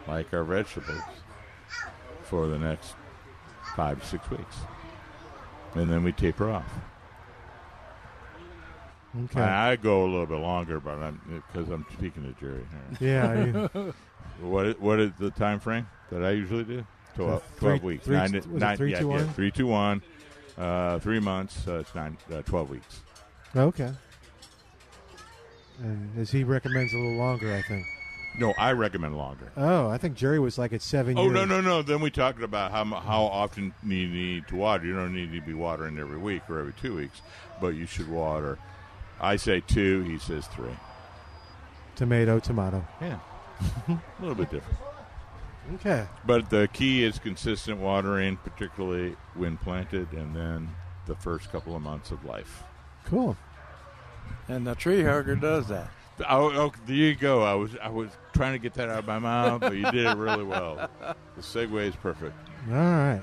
S9: like our vegetables for the next five to six weeks. And then we taper off.
S3: Okay.
S9: And I go a little bit longer, but I'm because I'm speaking to Jerry. here.
S3: yeah. you-
S9: What i- what is the time frame that I usually do? Twelve,
S3: three-
S9: 12 weeks.
S3: three-
S9: nine,
S3: was it
S9: nine,
S3: three,
S9: yeah,
S3: two,
S9: yeah,
S3: one?
S9: three, two, one. Uh, three months. Uh, it's nine, uh, twelve weeks.
S3: okay. And as he recommends a little longer, I think.
S9: No, I recommend longer.
S3: Oh, I think Jerry was like at seven
S9: Oh
S3: years.
S9: no no no! Then we talked about how mu- how often you need to water. You don't need to be watering every week or every two weeks, but you should water. I say two. He says three.
S3: Tomato, tomato.
S9: Yeah, a little bit different.
S3: Okay.
S9: But the key is consistent watering, particularly when planted, and then the first couple of months of life.
S3: Cool.
S4: and the tree hugger does that.
S9: Oh, oh, there you go. I was I was trying to get that out of my mouth, but you did it really well. The segue is perfect.
S3: All right.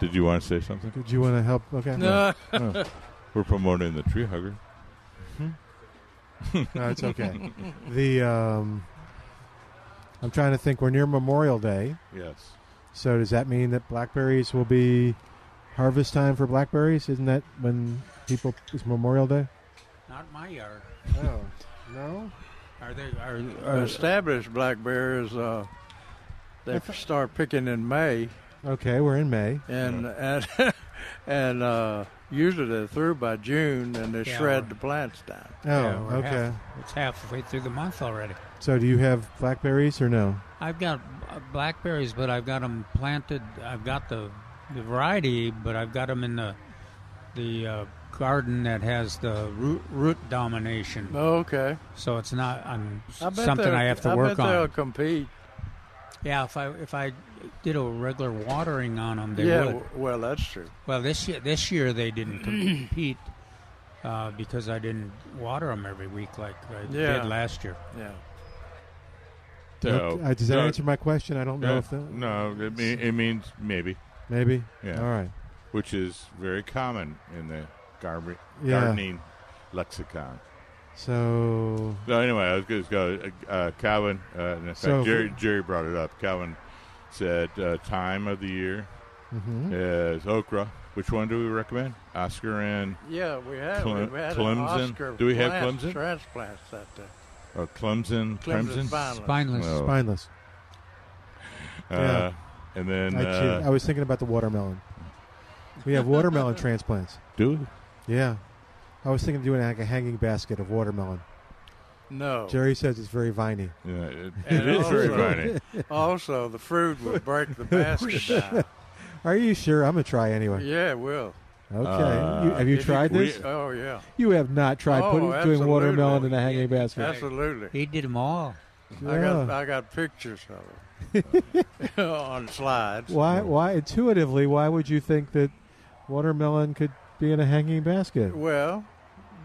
S9: Did you want to say something?
S3: Did you want to help? Okay.
S5: No.
S9: We're promoting the tree hugger.
S3: No, it's okay. the um, I'm trying to think. We're near Memorial Day,
S9: Yes.
S3: so does that mean that blackberries will be harvest time for blackberries? Isn't that when people? It's Memorial Day.
S6: Not my yard.
S3: Oh no.
S6: Are they? Are, are
S4: Established blackberries, uh, they start picking in May,
S3: Okay, we're in May.
S4: and and and uh, usually they're through by June, and they
S6: Yeah.
S4: shred the plants down.
S3: Oh,
S6: yeah, we're
S3: okay.
S6: half- it's halfway through the month already.
S3: So do you have blackberries or no?
S6: I've got uh, blackberries, but I've got them planted. I've got the, the variety, but I've got them in the the uh, garden that has the root root domination.
S4: Okay,
S6: So it's not um,
S4: I bet
S6: something
S4: they'll-
S6: I have to
S4: I
S6: work
S4: bet They'll
S6: on.
S4: compete.
S6: Yeah, if I if I did a regular watering on them, they
S4: yeah,
S6: would.
S4: w- well, that's true.
S6: Well, this year this year they didn't compete uh, because I didn't water them every week like I
S4: Yeah.
S6: did last year.
S4: Yeah,
S9: So,
S3: Uh, does that
S9: so-
S3: answer my question? I don't know
S9: uh,
S3: if that.
S9: no, it, mean, it means maybe,
S3: Maybe.
S9: Yeah.
S3: All right.
S9: which is very common in the garb-
S3: Yeah.
S9: gardening lexicon.
S3: So
S9: So anyway, I was going to go. Uh, uh, Calvin, uh, in fact,
S3: So-
S9: Jerry, Jerry brought it up. Calvin said uh, time of the year
S3: mm-hmm.
S9: is okra. Which one do we recommend? Oscar and
S4: yeah, we have.
S9: Cle-
S4: we had
S9: Clemson?
S4: An Oscar
S9: Do we have
S4: plant
S9: Clemson?
S4: transplants out there?
S9: uh,
S4: Clemson,
S9: Clemson, Crimson.
S4: finally.
S6: Spineless.
S9: Oh,
S3: spineless.
S9: uh, and then
S3: I,
S9: uh,
S3: cheated. I was thinking about the watermelon. We have watermelon transplants.
S9: do
S3: Yeah. I was thinking of doing like a hanging basket of watermelon.
S9: Oh.
S4: No.
S3: Jerry says it's very viney.
S9: yeah, it, it
S4: And
S9: is
S4: also-
S9: very funny.
S4: Also, the fruit will break the basket down.
S3: Are you sure? I'm gonna try anyway.
S4: Yeah, it will.
S3: Okay.
S9: Uh,
S3: you, have you
S4: If
S3: tried
S9: we-
S3: this?
S4: Oh, yeah.
S3: you have not tried
S4: Oh,
S3: putting, doing
S4: absolutely.
S3: watermelon in a hanging basket.
S4: Absolutely.
S6: He did them all.
S4: I got
S3: Yeah.
S4: I got pictures of it uh, on slides.
S3: Why? Why? Intuitively, why would you think that watermelon could be in a hanging basket?
S4: Well,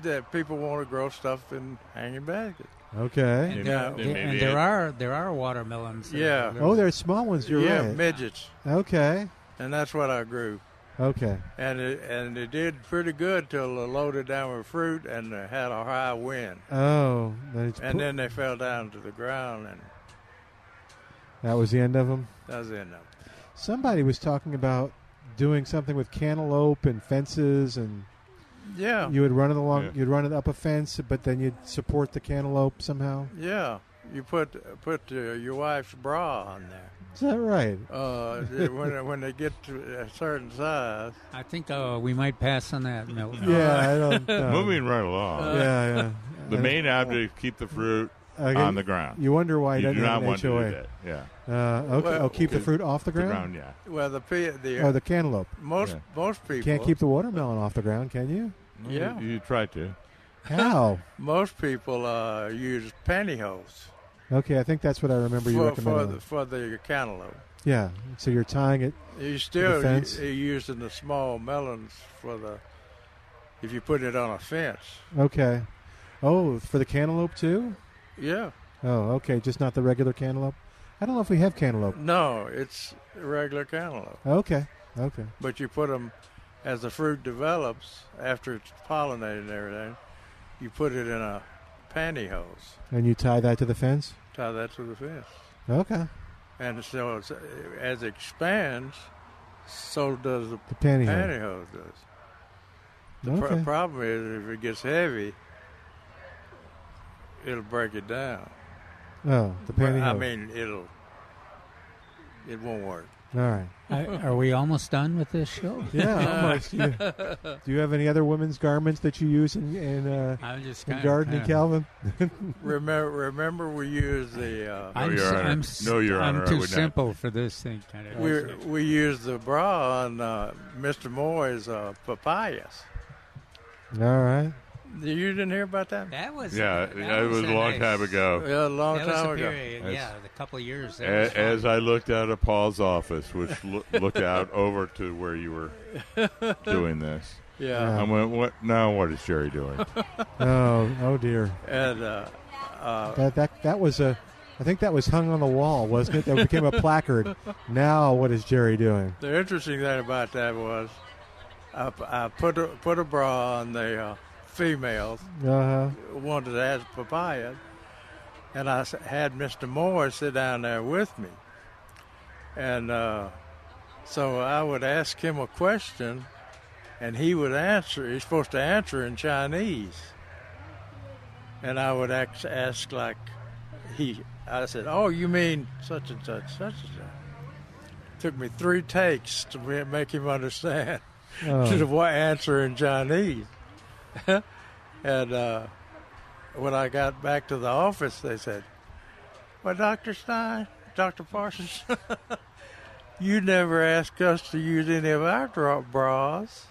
S4: that people want to grow stuff in hanging baskets.
S3: Okay.
S9: It-
S4: Yeah.
S9: it
S6: Yeah,
S9: may
S6: and
S9: be
S6: there
S9: it.
S6: are there are watermelons. that are
S4: Yeah.
S6: little-
S3: Oh, they're small ones. You're
S4: yeah,
S3: right.
S4: midgets,
S3: Okay.
S4: and that's what I grew.
S3: Okay.
S4: And it and it did pretty good till they loaded down with fruit and they had a high wind,
S3: Oh, they just put-
S4: and then they fell down to the ground, and
S3: that was the end of them.
S4: that's the end of
S3: Somebody was talking about doing something with cantaloupe and fences, and
S4: it. Yeah,
S3: you would run it along,
S9: Yeah.
S3: you'd run it up a fence, but then you'd support the cantaloupe somehow.
S4: yeah. You put put uh, your wife's bra on there.
S3: Is that right?
S4: Uh, yeah, when when they get to a certain size,
S6: I think uh, we might pass on that, Milton.
S3: Yeah, I don't know.
S9: Um, Moving right along.
S3: yeah, yeah.
S9: the
S3: I-
S9: main object keep the fruit
S3: Okay,
S9: on the ground.
S3: You wonder why he
S9: you
S3: doesn't
S9: do
S3: have
S9: not
S3: an
S9: want
S3: HOA.
S9: to do that. Yeah,
S3: Uh, okay,
S4: Well,
S3: oh, keep the
S9: because
S3: fruit off the
S9: the
S3: ground.
S9: ground. Yeah.
S4: well, the pe- the,
S3: Or Oh, the cantaloupe.
S4: most
S9: yeah.
S4: most people
S3: Can't keep the watermelon off the ground, can you?
S4: Yeah.
S9: You, you try to.
S3: How?
S4: most people uh, use pantyhose
S3: okay, I think that's what I remember you
S4: for, for
S3: recommended.
S4: the for the cantaloupe.
S3: yeah, so you're tying it.
S4: You still
S3: fence?
S4: u- you're using the small melons for the if you put it on a fence.
S3: Okay. Oh, for the cantaloupe too?
S4: Yeah,
S3: Oh, okay, just not the regular cantaloupe. I don't know if we have cantaloupe.
S4: no, it's regular cantaloupe,
S3: Okay, okay.
S4: but you put them as the fruit develops after it's pollinated and everything. You put it in a pantyhose,
S3: And you tie that to the fence?
S4: tie that to the fence,
S3: Okay.
S4: and so it's, as it expands, so does the
S3: The pantyhose.
S4: pantyhose does. The
S3: Okay.
S4: pr- problem is if it gets heavy, it'll break it down.
S3: oh, the
S4: Well,
S3: pantyhose.
S4: I mean, it'll it won't work.
S3: All right.
S6: I, are we almost done with this show?
S3: Yeah, almost. You- do you have any other women's garments that you use in, in, uh,
S6: I'm just
S3: in
S6: kind
S3: gardening, Calvin?
S4: Remember, remember, we use the uh,
S6: I'm,
S9: Your
S6: s-
S9: Honor.
S6: I'm, s-
S9: No, Your
S6: I'm
S9: Honor, I
S6: too
S9: would not.
S6: simple for this thing. Kind of.
S4: we we use the bra on uh, Mr. Moy's uh, papayas.
S3: All right.
S4: You didn't hear about that?
S6: that was
S9: Yeah, it was a long time ago.
S4: Yeah, a long
S6: That was
S4: time
S6: a
S4: ago.
S6: period,
S9: That's-
S6: yeah, a couple of years.
S9: A-
S6: That was
S9: As,
S6: fun.
S9: I looked out of Paul's office, which loo- looked out over to where you were doing this,
S4: Yeah,
S9: I went, "What? Now what is Jerry doing?"
S3: Oh, oh dear.
S4: and uh,
S3: That that that was a. I think that was hung on the wall, wasn't it? That became a placard. Now, what is Jerry doing?
S4: the interesting thing about that was, I, I put a, put a bra on the uh, females
S3: Uh huh.
S4: wanted to ask papaya, and I s- had Mr. Moore sit down there with me. And uh, so I would ask him a question, and he would answer. He's supposed to answer in Chinese. And I would ask, ask like, he, I said, oh, you mean such and such, such and such. Took me three takes to ma- make him understand to the wa- answer in Chinese. And uh, when I got back to the office, they said, Well, Dr. Stein, Dr. Parsons, you never asked us to use any of our dra- bras.